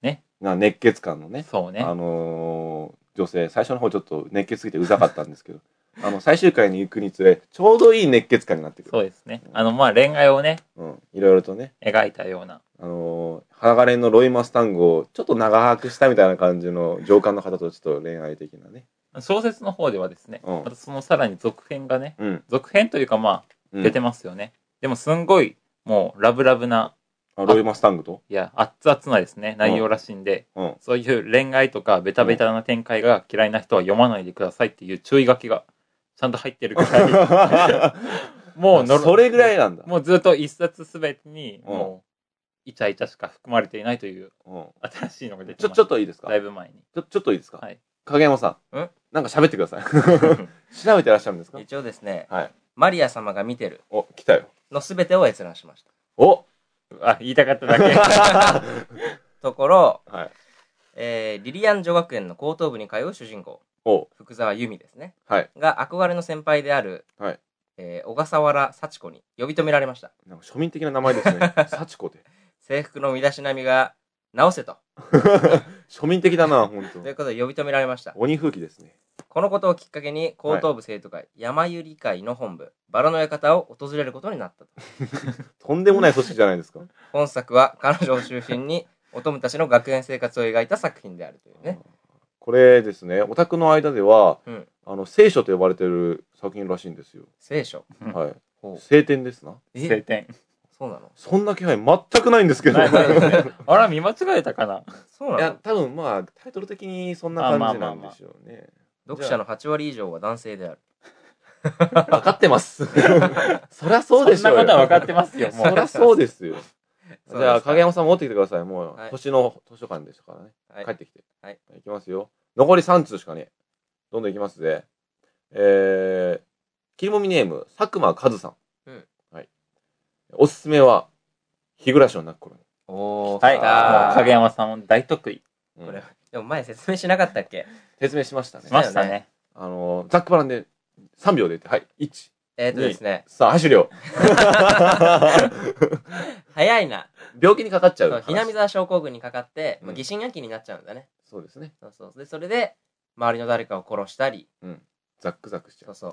ね。な熱血感のね。そうねあ。のー女性、最初の方ちょっと熱血すぎてうざかったんですけど、あの、最終回に行くにつれ、ちょうどいい熱血感になってくる。そうですね。あの、まあ、恋愛をね、うん。いろいろとね。描いたような。あのー、鋼のロイ・マスタングをちょっと長くしたみたいな感じの上官の方とちょっと恋愛的なね。小説の方ではですね、うんまたそのさらに続編がね、うん。続編というかまうあ、ん出てますよね。でも、すんごい、もう、ラブラブな、あロイ・マスタングといや、熱々なですね、内容らしいんで、うん。そういう恋愛とかベタベタな展開が嫌いな人は読まないでくださいっていう注意書きが、ちゃんと入ってるく らい、もうのろ、それぐらいなんだ。もうずっと一冊すべてに、うんもう、イチャイチャしか含まれていないといううん新しいのが出てちょ、まちょすっといいですかだいぶ前に。ちょ、ちょっといいですかはい。影山さん。んなんか喋ってください。 調べてらっしゃるんですか一応ですね、はい。マリア様が見てるお、来たよ。のすべてを閲覧しました。 おあ、言いたかっただ け。ところ、はい。えー、リリアン女学園の高等部に通う主人公、お福沢由美ですね。はい。が憧れの先輩である、はいえー小笠原幸子に呼び止められました。なんか庶民的な名前ですね。幸子で。制服の身だしなみが直せと。庶民的だな、本当ということで呼び止められました。鬼風紀ですね。このことをきっかけに、高等部生徒会、山ゆり会の本部、バラの館を訪れることになったと。とんでもない組織じゃないですか。本作は彼女を中心に、 乙女たちの学園生活を描いた作品であるというね。これですね、オタクの間では、うんあの聖書と呼ばれてる作品らしいんですよ。聖書。うんはい。ほう晴天ですな。晴え、天。そうなのそんな気配全くないんですけど。ないな いいないあら、見間違えたかな。そうなやの、多分まあ、タイトル的にそんなま感あじまあなんまあまあでしょう ね。読者の8割以上は男性である。分かってます。 そりゃそうでしょんなうよ。ことは分かってますよ、もそうり。ゃそうです よ。そうですかじゃあ、影山さん持ってきてください。もう、はい星の図書館でしたからね。はい帰ってきて。はい。いきますよ。残り3通しかね。どんどんいきますぜ。えー、切りもみネーム、佐久間和さん。うんはい。おすすめは、日暮らしの泣く頃に。おー、は来い。もたう影山さんも大得意うんこれでも前説明しなかっ たっけ説明しましたねし。ましたね。あのー、ざっくばらんで3秒で言って、はい。1、えっ、ー、とですね、さあ、はい終 了。早いな。病気にかかっちゃうそう話。ひなみ沢症候群にかかって、まうあ、ん疑心暗鬼になっちゃうんだね。そうですね。そうそうでそれで周りの誰かを殺したりザックザクしちゃ。そううそ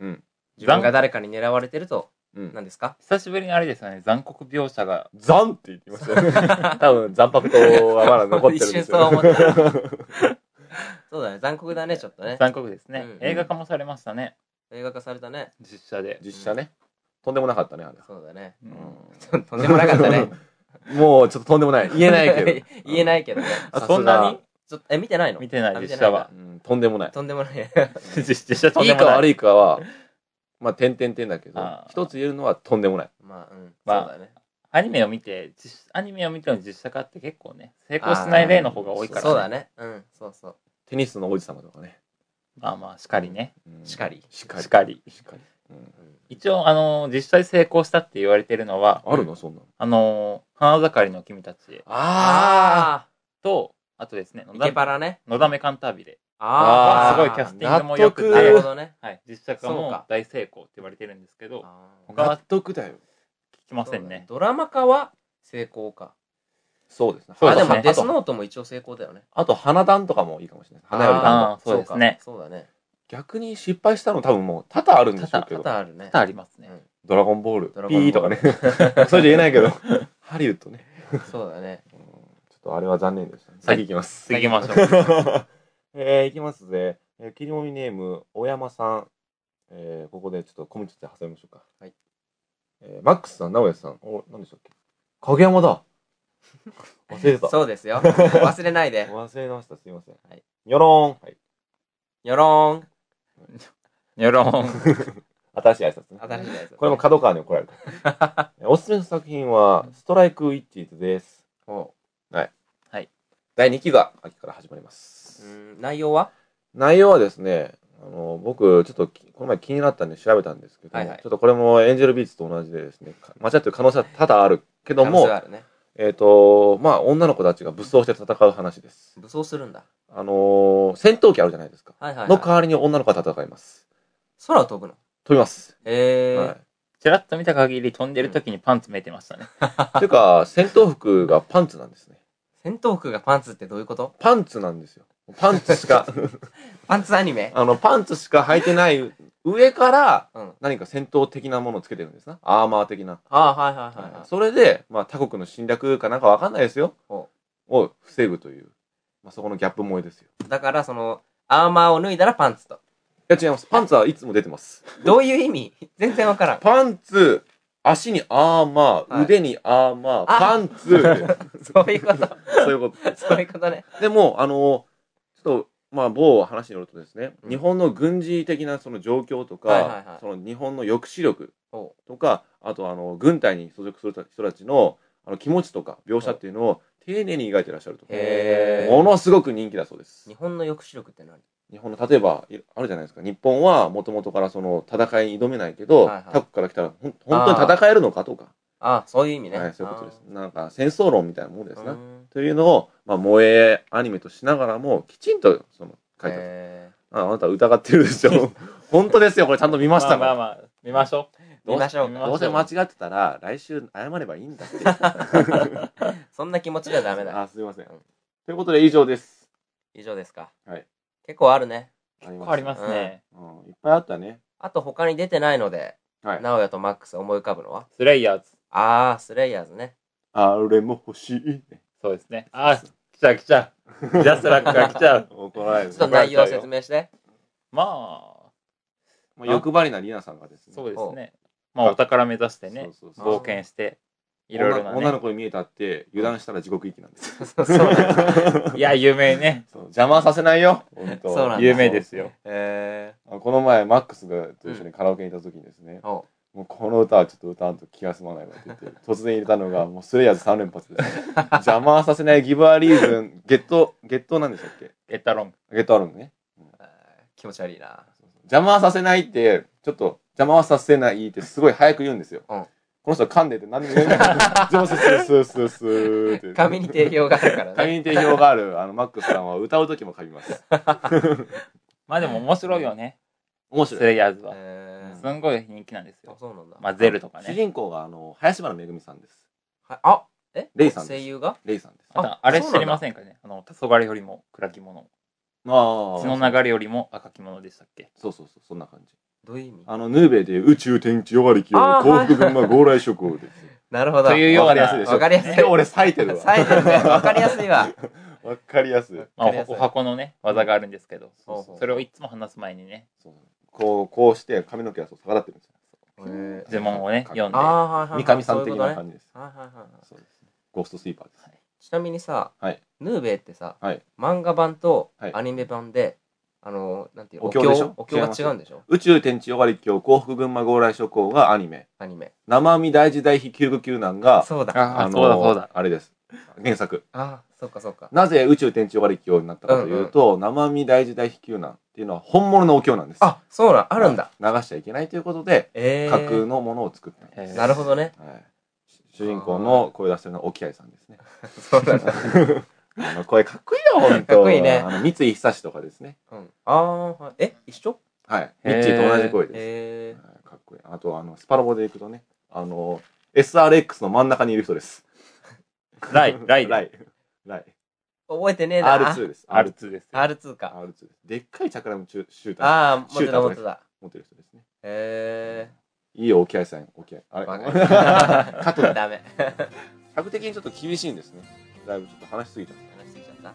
う、うん自分が誰かに狙われてるとうん何ですか久しぶりにあれですよね、残酷描写が、ザンって言ってましたよ ね。多分、残白刀はまだ残ってるんですよ、ね。 一瞬そう そうだね残酷だねちょっとね残酷ですね、うん映画化もされましたね、映画化されたね実写で。実写ね。とんでもなかったね、あれ。そう だねうんとんでもなかったねもう、ちょっととんでもない。言えないけど。。言えないいけどねあさすがそんなにちょっとえ見てないの見てないあ見実写はう ん、とんでもない。とんでもない 実写とんいでいもかない。悪いかは、まあ、点々点だけどあ、ー一つ言えるのはとんでもない。まあうんまあそうだねアニメを見て、実アニメを見ての実写化って結構ね、成功しない例の方が多いから、ね。そうだねうんそうそうテニスの王子様とかね。まあまあ、しかりね。うんしかりしかり。しかりしかりうんうん一応、あのー実際成功したって言われてるのは、あるのそんなの。あのー花盛りの君たちあと、あとですね、イのケだパめラねのだめカンタービレあはーすごいキャスティングも良く納な得るほて、どねはい、実写化そうもか大成功って言われてるんですけど、あ。他は納得だよ。聞きませんね。ドラマ化は成功かそうですね。そうあでですねもデスあとノートも一応成功だよねあと、花壇とかもいいかもしれない。花よりあ団ー子あーそうですね。そうだね逆に失敗したの多分もう多々あるんでしょうけ多ど。々あるね多々ありますね。ドラゴンボールドラ、ゴピーンとボかーね。それじゃ言えないけど、ハリウッドね。そうだねうんちょっとあれは残念でしたね。先行きます。次行きましょう。 えー、いきますぜ。えー、切りもみネーム、大山さん。えー、ここでちょっとコミュニティ挟みましょうか。はい。えー、マックスさん、直哉さん。お、何でしたっけ影山だ。忘れてた。 そうですよ忘れないで忘れました。すいません。はい。よろーん。はい。よろーんニョローン。新しい挨拶ね。新しいやつこれも角川に怒られ た。えーおすすめの作品は、ストライクウィッチーズです。おはい。はい。第2期が秋から始まりまうす。ん内容は内容はですね、あの僕、ちょっときこの前気になったんで調べたんですけど、はいはいちょっとこれもエンジェルビーツと同じでですね、か間違ってる可能性は多々あるけど可能性もは、あるねえっ、と、まあ、女の子たちが武装して戦う話です。武装するんだあのー戦闘機あるじゃないですか。はいはいの代はいわりに女の子が戦います。空を飛ぶの飛びます。へはえちらっと見た限り飛んでる時にパンツ見えてましたね。い。というか、戦闘服がパンツなんですね。戦闘服がパンツってどういうことパンツなんですよ。パンツし か、パンツアニメあの、パンツしか履いてない上から、うん何か戦闘的なものをつけてるんですな。アーマー的な。ああはいはいはいはいそれで、まあ、他国の侵略かなんかわかんないですよ。ほを防ぐという。まあ、そこのギャップ萌えですよ。だからそのアーマーを脱いだらパンツといや、違います。パンツはいつも出てます。どういう意味 全然わからんパンツ、足にアーマー、はい腕にアーマー、あパンツ って、そういうことそういうことです。そういうことねでも、あの、ちょっと、まあ、某話によるとですね、うん日本の軍事的なその状況とか、はいはいはいその日本の抑止力おとか、あと、あの、軍隊に所属する人たちの、あの、気持ちとか描写っていうのを丁寧に描いてらっしゃると。へーものすごく人気だそうです日。本の抑止力って何日本の例えばいあるじゃないですか日本はもともとからその戦いに挑めないけど、はいはい他国から来たらほん本当に戦えるのかとか、ああそういう意味ね、はい、そういうことですなんか戦争論みたいなものですあね、ーうんというのを、まあ、萌えアニメとしながらもきちんとその書いてある、えああなた疑ってるでしょ 本当ですよこれちゃんと見ましたからまあまあまあ、見ましょー見ましょうどかまあどうせ間違ってたら来週謝ればいいんだって そんな気持ちじゃダメだあすいません、うんということで以上です以上ですかはい結構あるねありう。ま変すわりますね。うん、いっぱいあったねあと他に出てないのではい直哉とマックス思い浮かぶのはスレイヤーズ。ああスレイヤーズねあれも欲しいねそうですね。あ、来ちゃう来ちゃう。ジャスラックが来ちゃう。怒られちょるっと内容を説明して まあ、まあ、欲張りなリナさんがですねそうですね。まあ、お宝目指してね、そうそうそう冒険して、いろいろな女女ねの。子に見えたって油断したら地獄行きなんですそうそうだねいや、有名ね。そう邪魔させないよ本当そうなんだ 有名ですよ。えあこの前マックスがと一緒にカラオケに行った時にですね、ー、おもうこの歌はちょっと歌わんと気が済まないわって言 って突然入れたのがもうスレイヤーズ3連発です邪魔させ ないギブアリーズンゲットゲットなんでしたっけゲッタロング。ゲットアルムねあー気持ち悪いな邪魔はさせないってちょっと邪魔はさせないってすごい早く言うんですよ、うんこの人噛んでて何も言えない邪魔させスースースーって紙に定評があるから紙ねに定評があるあのマックスさんは歌う時も噛みますまあでも面白いよね、面ス白いレイヤーズは。えうんーすんごい人気なんですあよ。そうなんだまあ、ゼルとか主ね。人公があの林原めぐみさんですはいあえレイさんです声優がレイさんです。ああとあれそうな知んだりませんかねあの黄昏よりも暗き者あ血の流れよりも赤き者でしたっけそうそうそう、そんな感じ。どういう意味あの、ヌーベで宇宙天地よがりきよあー幸福群馬強来食 をです。なるほど。というよわうなかりやすいでしょ。わかりやすい今日俺咲いて るわ。冴えてるね。わかりやす いわ。わかりやすい。まあわかりやすいおお箱のね技があるんですけどそうそうそれをいつも話す前にねそうこう、こうして髪の毛はそう逆立ってるんですよ。呪文をね読んでああ、はいはいはい。三上さん的そういうなことね感じです。はいはいはいはい。そうですね。ゴーストスイーパーです。ちなみにさ、はいヌーベイってさ、はい漫画版とはいアニメ版で、あのなんていうのお経でしょお経お経が違うんでしょ宇宙天地よがりきよ幸福群馬強来食をがアニメ。アニメ生身大事大悲救護救難が、そうだああそうだそうだあれです。原作。あそうかそうかなぜ宇宙天地終わり教になったかというと、生身大事大悲救難っていうのは本物のお経なんです。あそうなんあるんだ、流しちゃいけないということで、ええ架空のものを作ったんです。えーなる ほどねはい、主人公の声出してるのは沖合さんです ね。そうなんだ、あの声かっこいいよ、本当かっこいいねあの三井久志とかですね。うん、ああはいえ一緒はい。へミーッチーと同じ声です。えはいかっこいい。あと、あの、スパロボで行くとね、あの、SRX の真ん中にいる人です。ライライライ。ライ。ー、覚えてねえな R2 です。R2 R2 です R2 か R2 です。でっかいチャクラムチュシューターああ持っシュてータたー持ってた持ってる人ですね。えいいよ、沖合さん、沖合。あれえー、バ カカットだ。ダメ客的にちょっと厳しいんですね。だいぶちょっと話しすぎた。話しすぎちゃった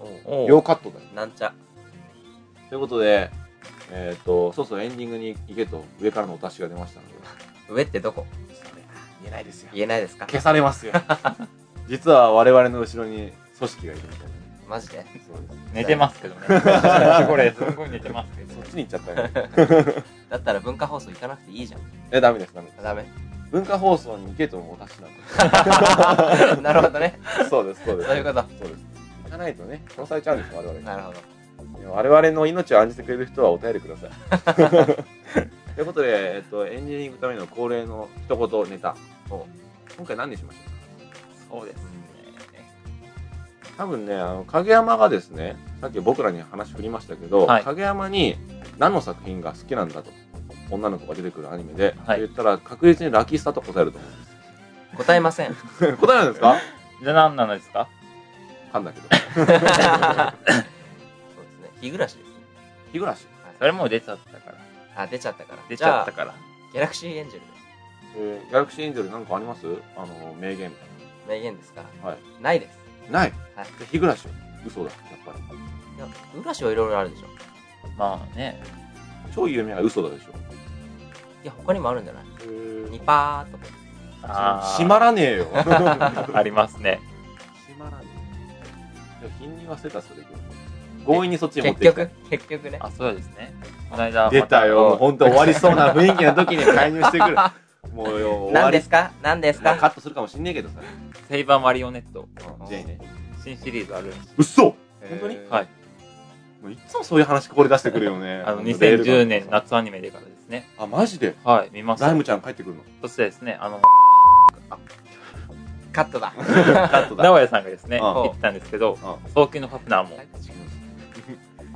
おうお両おカットだよ。なんちゃということで、えっ、と、そうそうエンディングに行けと、上からのお達しが出ましたので。上ってどこ言えないですよ。言えないですか消されますよ。 実は我々の後ろに組織がいるみたいマジでな。そうです。寝てますけどねこれすごい寝てますけどそっちに行っちゃったよね。だったら文化放送行かなくていいじゃん え、ダメです、ダメです。ダメ文化放送に行けとのお達しなんで なるほどねす。そうです、そうです。そういうことそうです。行かないとね、殺されちゃうんですよ、我々。なるほど我々の命を案じてくれる人はお便りください。 ということで、えっと、エンジニアリングための恒例の一言ネタを今回何にしましょそうですねう多分ねあの影山がですねさっき僕らに話振りましたけど、はい影山に何の作品が好きなんだと女の子が出てくるアニメで、はい言ったら確実にラキスタと答えると思うんです答え ませんけど答えなんですかじゃあ何なのですか噛んだけどそうですね日暮らしですね 日暮らし、それもう出ちゃったからあ出ちゃったから出ちゃったじからあギャラクシーエンジェルですえーギャラクシーエンジェルなんかありますあの名言みたい名言ですかなはいないですない、はいで日暮らし嘘だやっぱりいや日暮らしはいろいろあるでしょまあね超有名な嘘だでしょいや他にもあるんじゃないニにパーとかあー閉まらねえ よ閉まありますねらねえよ貧に忘れたそれ強引にそっちに持っ結てきた局結局ねあそうですねこの間出たよもうま本当終わりそうな雰囲気の時に介入して くるもうよ終わ何でりすか何ですまあカかットするかもしんねえけどさ、うセイバーマリオネットん、J ね新シリーズあるんです嘘えー本当にはいもういつもそういう話これ出してくるよねあのレールが2010年夏アニメでからですねあマジではい見ましライたムちゃん帰って くるのそしてですねあのカットだカット名だ古屋さんがですねうん行ったんですけどう早急のファスナーも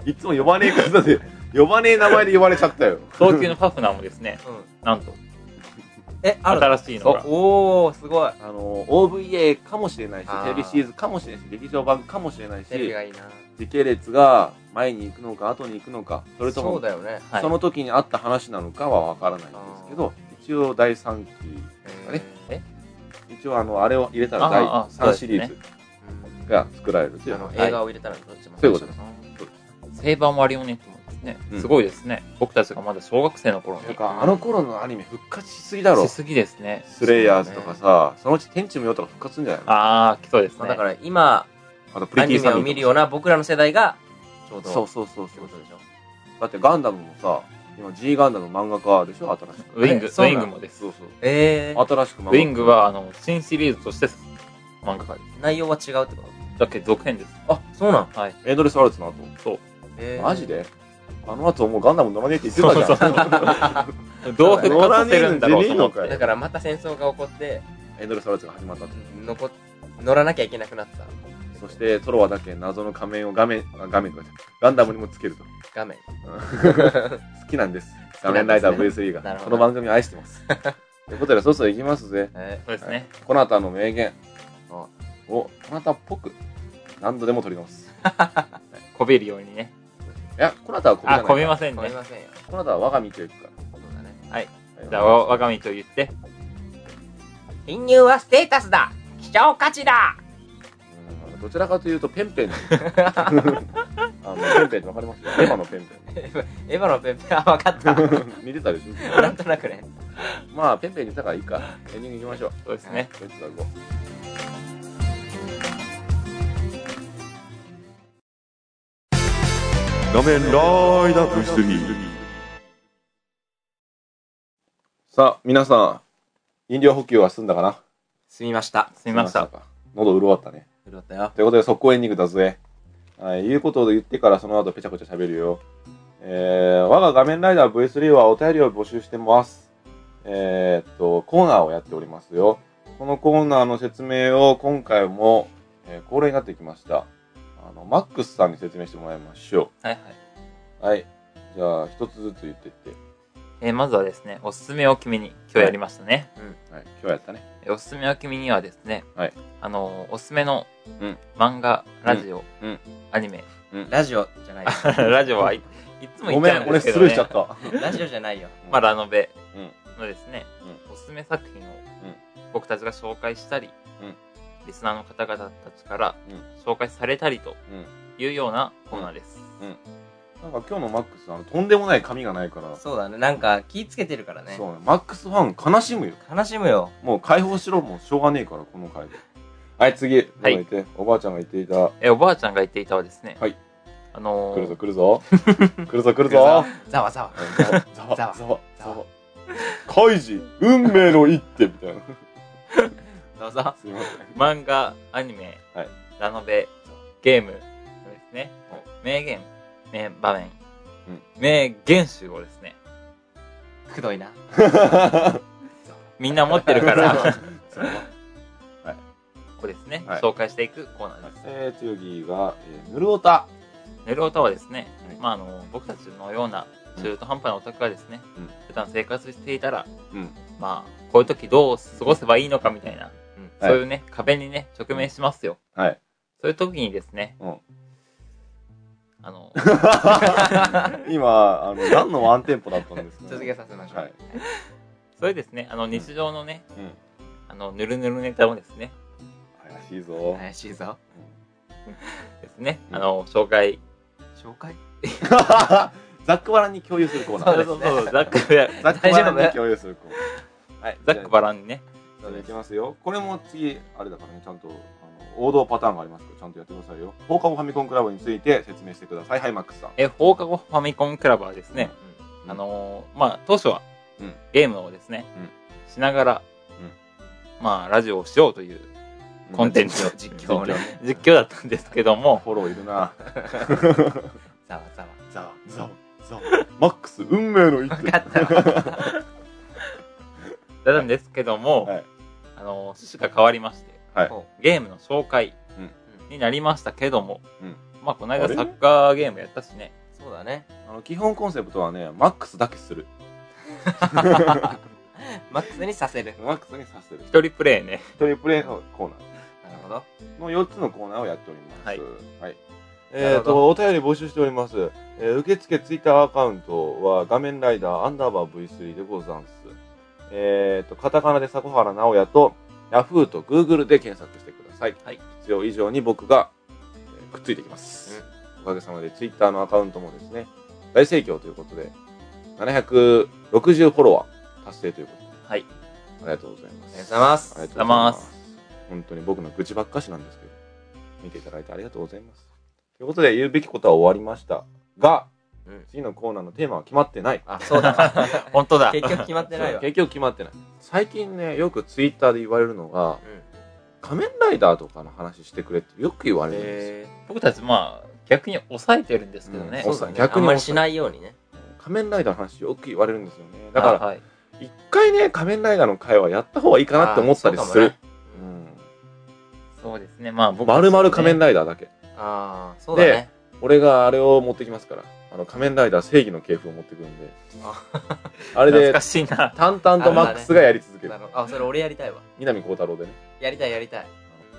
いつも呼ばねえ方で呼ばねえ名前で呼ばれちゃったよ早急のファスナーもですねうんなんとえある新しいのがおおーすごいあの OVA かもしれないしあテーレビシリーズかもしれないし劇場版かもしれないしテレビがいいな時系列が前に行くのか後に行くのかそれとそもうだよねはいその時にあった話なのかはわからないんですけど一応第3期ええ一応あのあれを入れたらあーあー第そ3うですシねリーズーが作られるというあのはい映画を入れたらどっちもそういうことですあセイバーマリオネットもですねうんすごいですね僕たちがまだ小学生の頃になんかあの頃のアニメ復活しすぎだろしすぎですねスレイヤーズとかさそのうち天地無用とか復活するんじゃないのああそうですーねだから今あとプアリティニーサメミーを見るような僕らの世代がちょうどそうそうそうってそこうとでしょだってガンダムもさ今 G ガンダム漫画化でしょ新しくウィングえウそうなィのングもですそうそうええ新しく漫画ウィングはあの新シリーズとして漫画化です内容は違うってことだけど続編ですあそうなん、はいエンドレスワルツの後そうえーマジであの後もうガンダム乗らねえって言ってたじゃんそうそうどう復活させるんだろうと思っ乗らねえのてだからまた戦争が起こってエンドレスワルツが始まったと残っ乗らなきゃいけなくなったそしてトロワだけ謎の仮面を画面あ画面とかじゃないガンダムにもつけると画面好きなんです好画きなんですね面ライダー V3 が、なるほこど の番組を愛してますということで、そろそろ行きますぜ。えーそうですね。こなたの名言あを、こなたっぽく何度でも取り直す。こびるようにね。いや、こなたはこびあ、こびない。ません変ねわり。ませんよ。こなたは我が身というかそうだね。はい。ら。じゃあ、わ我が身と言って。貧乳はステータスだ希少価値だうんどちらかというと、ペン ペン。あの、ペンペンってわかりますエヴァのペンペ エヴァのペンペン、あ、分か った。ン。見てたでしなょんとなくね。まあ、ペンペンに言ったからいいか。エンディング行きましょう。そうですね。レッツだぞ。画面ライトアップしてみさあ、皆さん、飲料補給は済んだかなすみました。すみまし済た。か。喉潤ったね。潤ったよ。ということで、速攻エンディングだぜ。はい、いうことを言ってから、その後、ぺちゃくちゃ喋るよ。えー、我が画面ライダー V3 はお便りを募集してます。えーっと、コーナーをやっておりますよ。このコーナーの説明を今回も、えー恒例になってきました。あの、マックスさんに説明してもらいましょはいはう。はい。い。じゃあ、一つずつ言ってって。えーまずはですね、おすすめを君に、今日やりましたね。はい、今日やったね。えーおすすめを君にはですね、はいあのーおすすめのうん漫画、ラジオ、うんうんアニメ、 ラジオじゃ ないよ。ラジオはい、いつもご言っめちゃん、うんで俺すけスど、ルね、ーしちゃった。 ラジオじゃないよ。まあ、ラノベうんのですね、おすすめ作う品をん僕たちが紹介したり、うんリスナーの方々たちからうん紹介されたりとうんいうようなコーナーです。なんか今日のマックスあのとんでもない髪がないから、そうだね。なんか気ぃつけてるからね。そうねマックスファン悲しむよ悲しむよ。もう解放しろもうしょうがねえからこの回で はい次どうぞいて、おばあちゃんが言っていたえおばあちゃんが言っていたはですね、はいあの来るーぞ来る ぞ来るぞ来るぞざわざわ。ざざわわざわざざわわカイジ運命の一手みたいなざわざわ。すい ません漫画、アニメ、はいラノベ、ゲームですね、名言、名場面、うん名言集をですね、くどいな。みんな持ってる かざわら、ざわここですね、はい紹介していくコーナーです。えー、次が、えー、ぬるおたネルオタはですね、はいまああの僕たちのような中途半端なオタクがですね、うん普段生活していたら、うんまあこういう時どう過ごせばいいのかみたいな、うんはいそういうね壁にね直面しますよ、はいそういう時にですね、うんあの今あの何のワンテンポだったんですか、ね、続けさせましょう。はいそういうですねあの日常のね、うんあのぬるぬるネタをですね怪しいぞ、 怪しいぞ。ですね、うんあの紹介紹介ザックバランに共有するコーナーそうですねそうザックザックバランに共有するコーナーはいザックバランにねじゃあいきますよ。これも次、あれだからね、ちゃんと、あの王道パターンがありますから、ちゃんとやってくださいよ。放課後ファミコンクラブについて説明してください。はい、マックスさん。え放課後ファミコンクラブはですね、うんあのーまあ当初はうんゲームをですね、しながら、まあラジオをしようというコンテンツ実況をね。実況だったんですけども、フォローいるな。ざわざわ。ザワザワザワ。マックス、運命の一分かったわ。だったんですけども、はいあのー趣旨が変わりましてはいほゲームの紹介うんになりましたけども、うんまあこの間あれサッカーゲームやったしねそうだね。あの基本コンセプトはね、マックスだけする。マックスにさせる。マックスにさせる。一人プレイねトリプレイのコーナー。なるほど。の4つのコーナーをやっております。はい。えっ、なると、お便り募集しております。えー受付ツイッターアカウントは画面ライダーアンダーバー V3 でござんす。えっ、と、カタカナで迫原直也と Yahoo と Google で検索してください。はい必要以上に僕が、えーくっついてきます。おかげさまでツイッターのアカウントもですね、大盛況ということで、760フォロワー達成ということで、はいありがとうございまおす願い。しますあ。りがとうございうござまいますす。本当に僕の愚痴ばっかしなんですけど、見ていただいてありがとうございます。ということで、言うべきことは終わりましたが、うん次のコーナーのテーマは決まってない。あ、そうだ わ。本当だ結局決まってないわ。結局決まってない。最近ね、よくツイッターで言われるのが、うん仮面ライダーとかの話してくれってよく言われるんですよ。え僕たちまあ逆に抑えてるんですけどうんね、そーうそうだね。逆逆ににあんまりしないようにね。仮面ライダーの話よく言われるんですよね。だかはいら、一回ね、仮面ライダーの会話やった方がいいかなって思ったりする。そうですねまあ僕まるまる仮面ラライダーだけ。あーそうだね。俺があれを持ってきますから。あの、仮面ライダー正義の系譜を持ってくるんであ。 あれ懐でか、しいな。 淡々とマックスがやり続けるな。るほどあそれ俺やりたいわ南光太郎でね。やりたいやりたい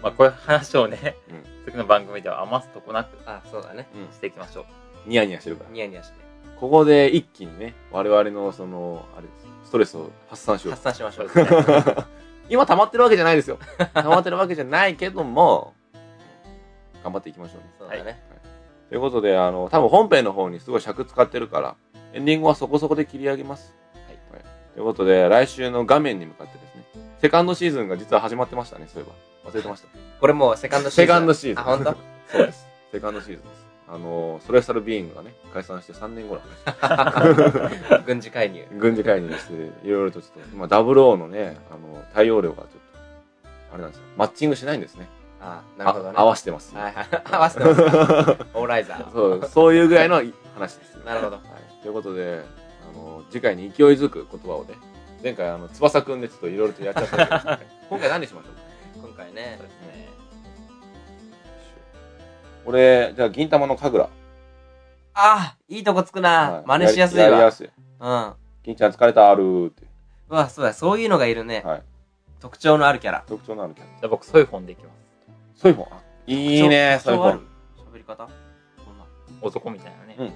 まあ、こういう話をね、うん次の番組では余すとこなくあそうだねしていきましょう。ニヤニヤしてるから。ニヤニヤしてここで一気にね、我々のその、あれです、ストレスを発散しよう発。散しましょう 今溜まってるわけじゃないですよ。 溜まってるわけじゃないけども、頑張っていきましょうね。そうだねということで、あの、多分本編の方にすごい尺使ってるから、エンディングはそこそこで切り上げます。はい。ということで、来週の画面に向かってですね、セカンドシーズンが実は始まってましたね、そういえば。忘れて ました。これもうセカンドシーズンセカンドシーズンあ本当？そうです。セカンドシーズンです。あの、ソレスタルビーイングがね、解散して3年後の話。 軍事介入軍事介入して、いろいろとちょっと、今、00のね、あの、対応量がちょっと、あれなんですよ。マッチングしないんですね。あなるほどねあ合わせてます。はいはい合わせて ますかオーライザーそう、そういうぐらいの話です。なるほどはい、ということで、あの、次回に勢いづく言葉をね、前回、あの、翼くんでちょっといろいろとやっちゃったけど、今回何にしましょう今回ねそうですね。 俺、じゃあ、銀玉の神楽。あいいとこつくはな真似しやすいやりやわすい。うん銀ちゃん疲れたあるーって。うわそうだそういうのがいるねはい。特徴のあるキャラ特徴のあるキャラ。じゃあ僕、そういう本でいきます。ソイフォン。あいいね、ソ特イ徴フあォるン。喋り方こんな男みたいなね。うん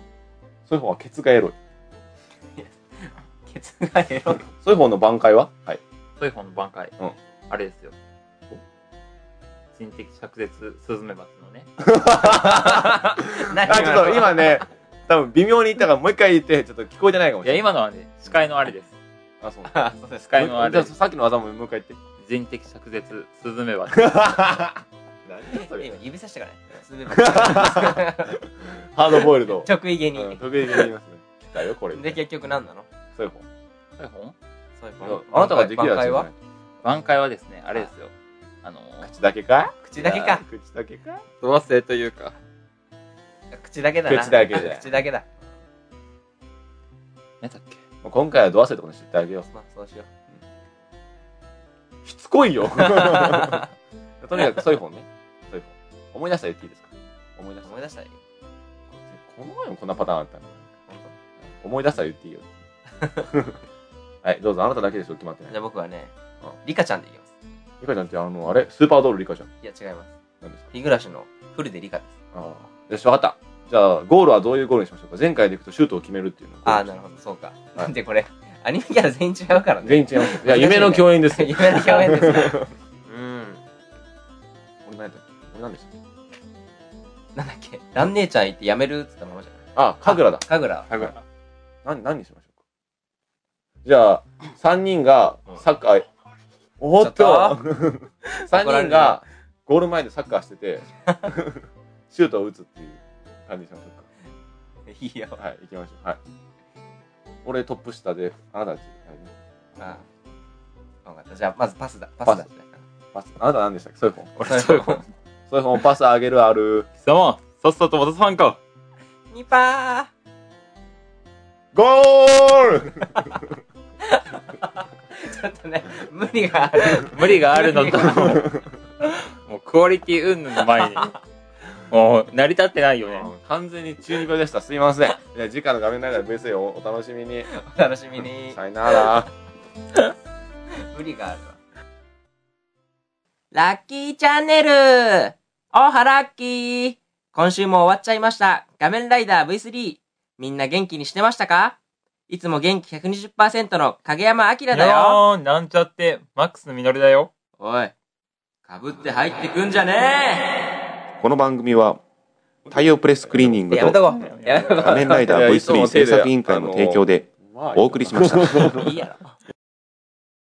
ソイフォンはケツがエロい。ケツがエロいソイフォンの挽回ははい。そういう本の挽回。うんあれですよ。人的灼絶スズメバチのね。何 あ、ちょっ と今ね、多分微妙に言ったから、もう一回言って、ちょっと聞こえてないかもしいや、れない。今のはね、司会のあれです。や、今。 あ、そう。あそうです司会のあじゃれあ、。さっきの技ももう一回言って。人的灼絶スズメバチ。 何それ今指さしたからねスズメ バチ ハードボイル ド。 直意げうんに得意げに言いますね。来たよ、これ。で結局何なのそういう方そういう本そういういやこあなたができるやつじゃはない。挽回はですね、あれですよ。あのー、口だけか口だけか口だけか不和性というか、口だけだな口だけだ 口だけだ何だっけもう今回はドアセとかにしてってあげよまあそうしよう。しつこ いよ とにかくそういう本ね。そういう本。思い出したら言っていいですか思い出うした思い出したらいいこの前もこんなパターンあったの思い出したら言って いいよ。はい、どうぞ、あなただけでしょ、決まってない。じゃあ僕はねうリカちゃんでいきますリカちゃんって、あの、あれスーパードールリカちゃん。いや違いますなんですか日暮らしのフルでリカですああ。よし、わかった。じゃあ、ゴールはどういうゴールにしましょうか前回でいくとシュートを決めるっていうのをああなるほどそうかはいなんでこれアニメキャラ全員違うからね全員違います。いや、夢の共演 ですよ。夢の共演ですね うん俺何だっけ俺何でしたっけなんだっけ蘭姉ちゃん行ってやめるっつったままじゃないあ、神楽だ。神楽神楽。何、何にしましょうかじゃあ、3人がサッカー、おーっとちょ !3 人がゴール前でサッカーして て、シュートを打つっていう感じにしましょういいよか。はい、行きましょう。はい。俺トップ下で、あなたたち、はいあ分かったじゃあまずパスだパスだパパス、あなた何でしたっけそういう本。俺そういう本。そういう本、パスあげるある。貴様、さっさと渡さんか。ニパゴールーちょっとね無理がある 無理があるのと、もうクオリティ云々の 前に、もう成り立ってないよね。完全に中二病でした。すいません。じゃあ次回の画面の中で VC をお楽しみに。お楽しみにさよなら。無理があるわラッキーチャンネルおはラッキー今週も終わっちゃいました。画面ライダー V3。みんな元気にしてましたかいつも元気120%の影山明だよ。ーん、なんちゃって、マックスの実りだよ。おい、かぶって入ってくんじゃねこの番組は太陽プレスクリーニンえグやめととこう。やめとこ仮面ライダーいやいつも V3 手で 制作委員会の提供でお送りしました。う。いいやろ。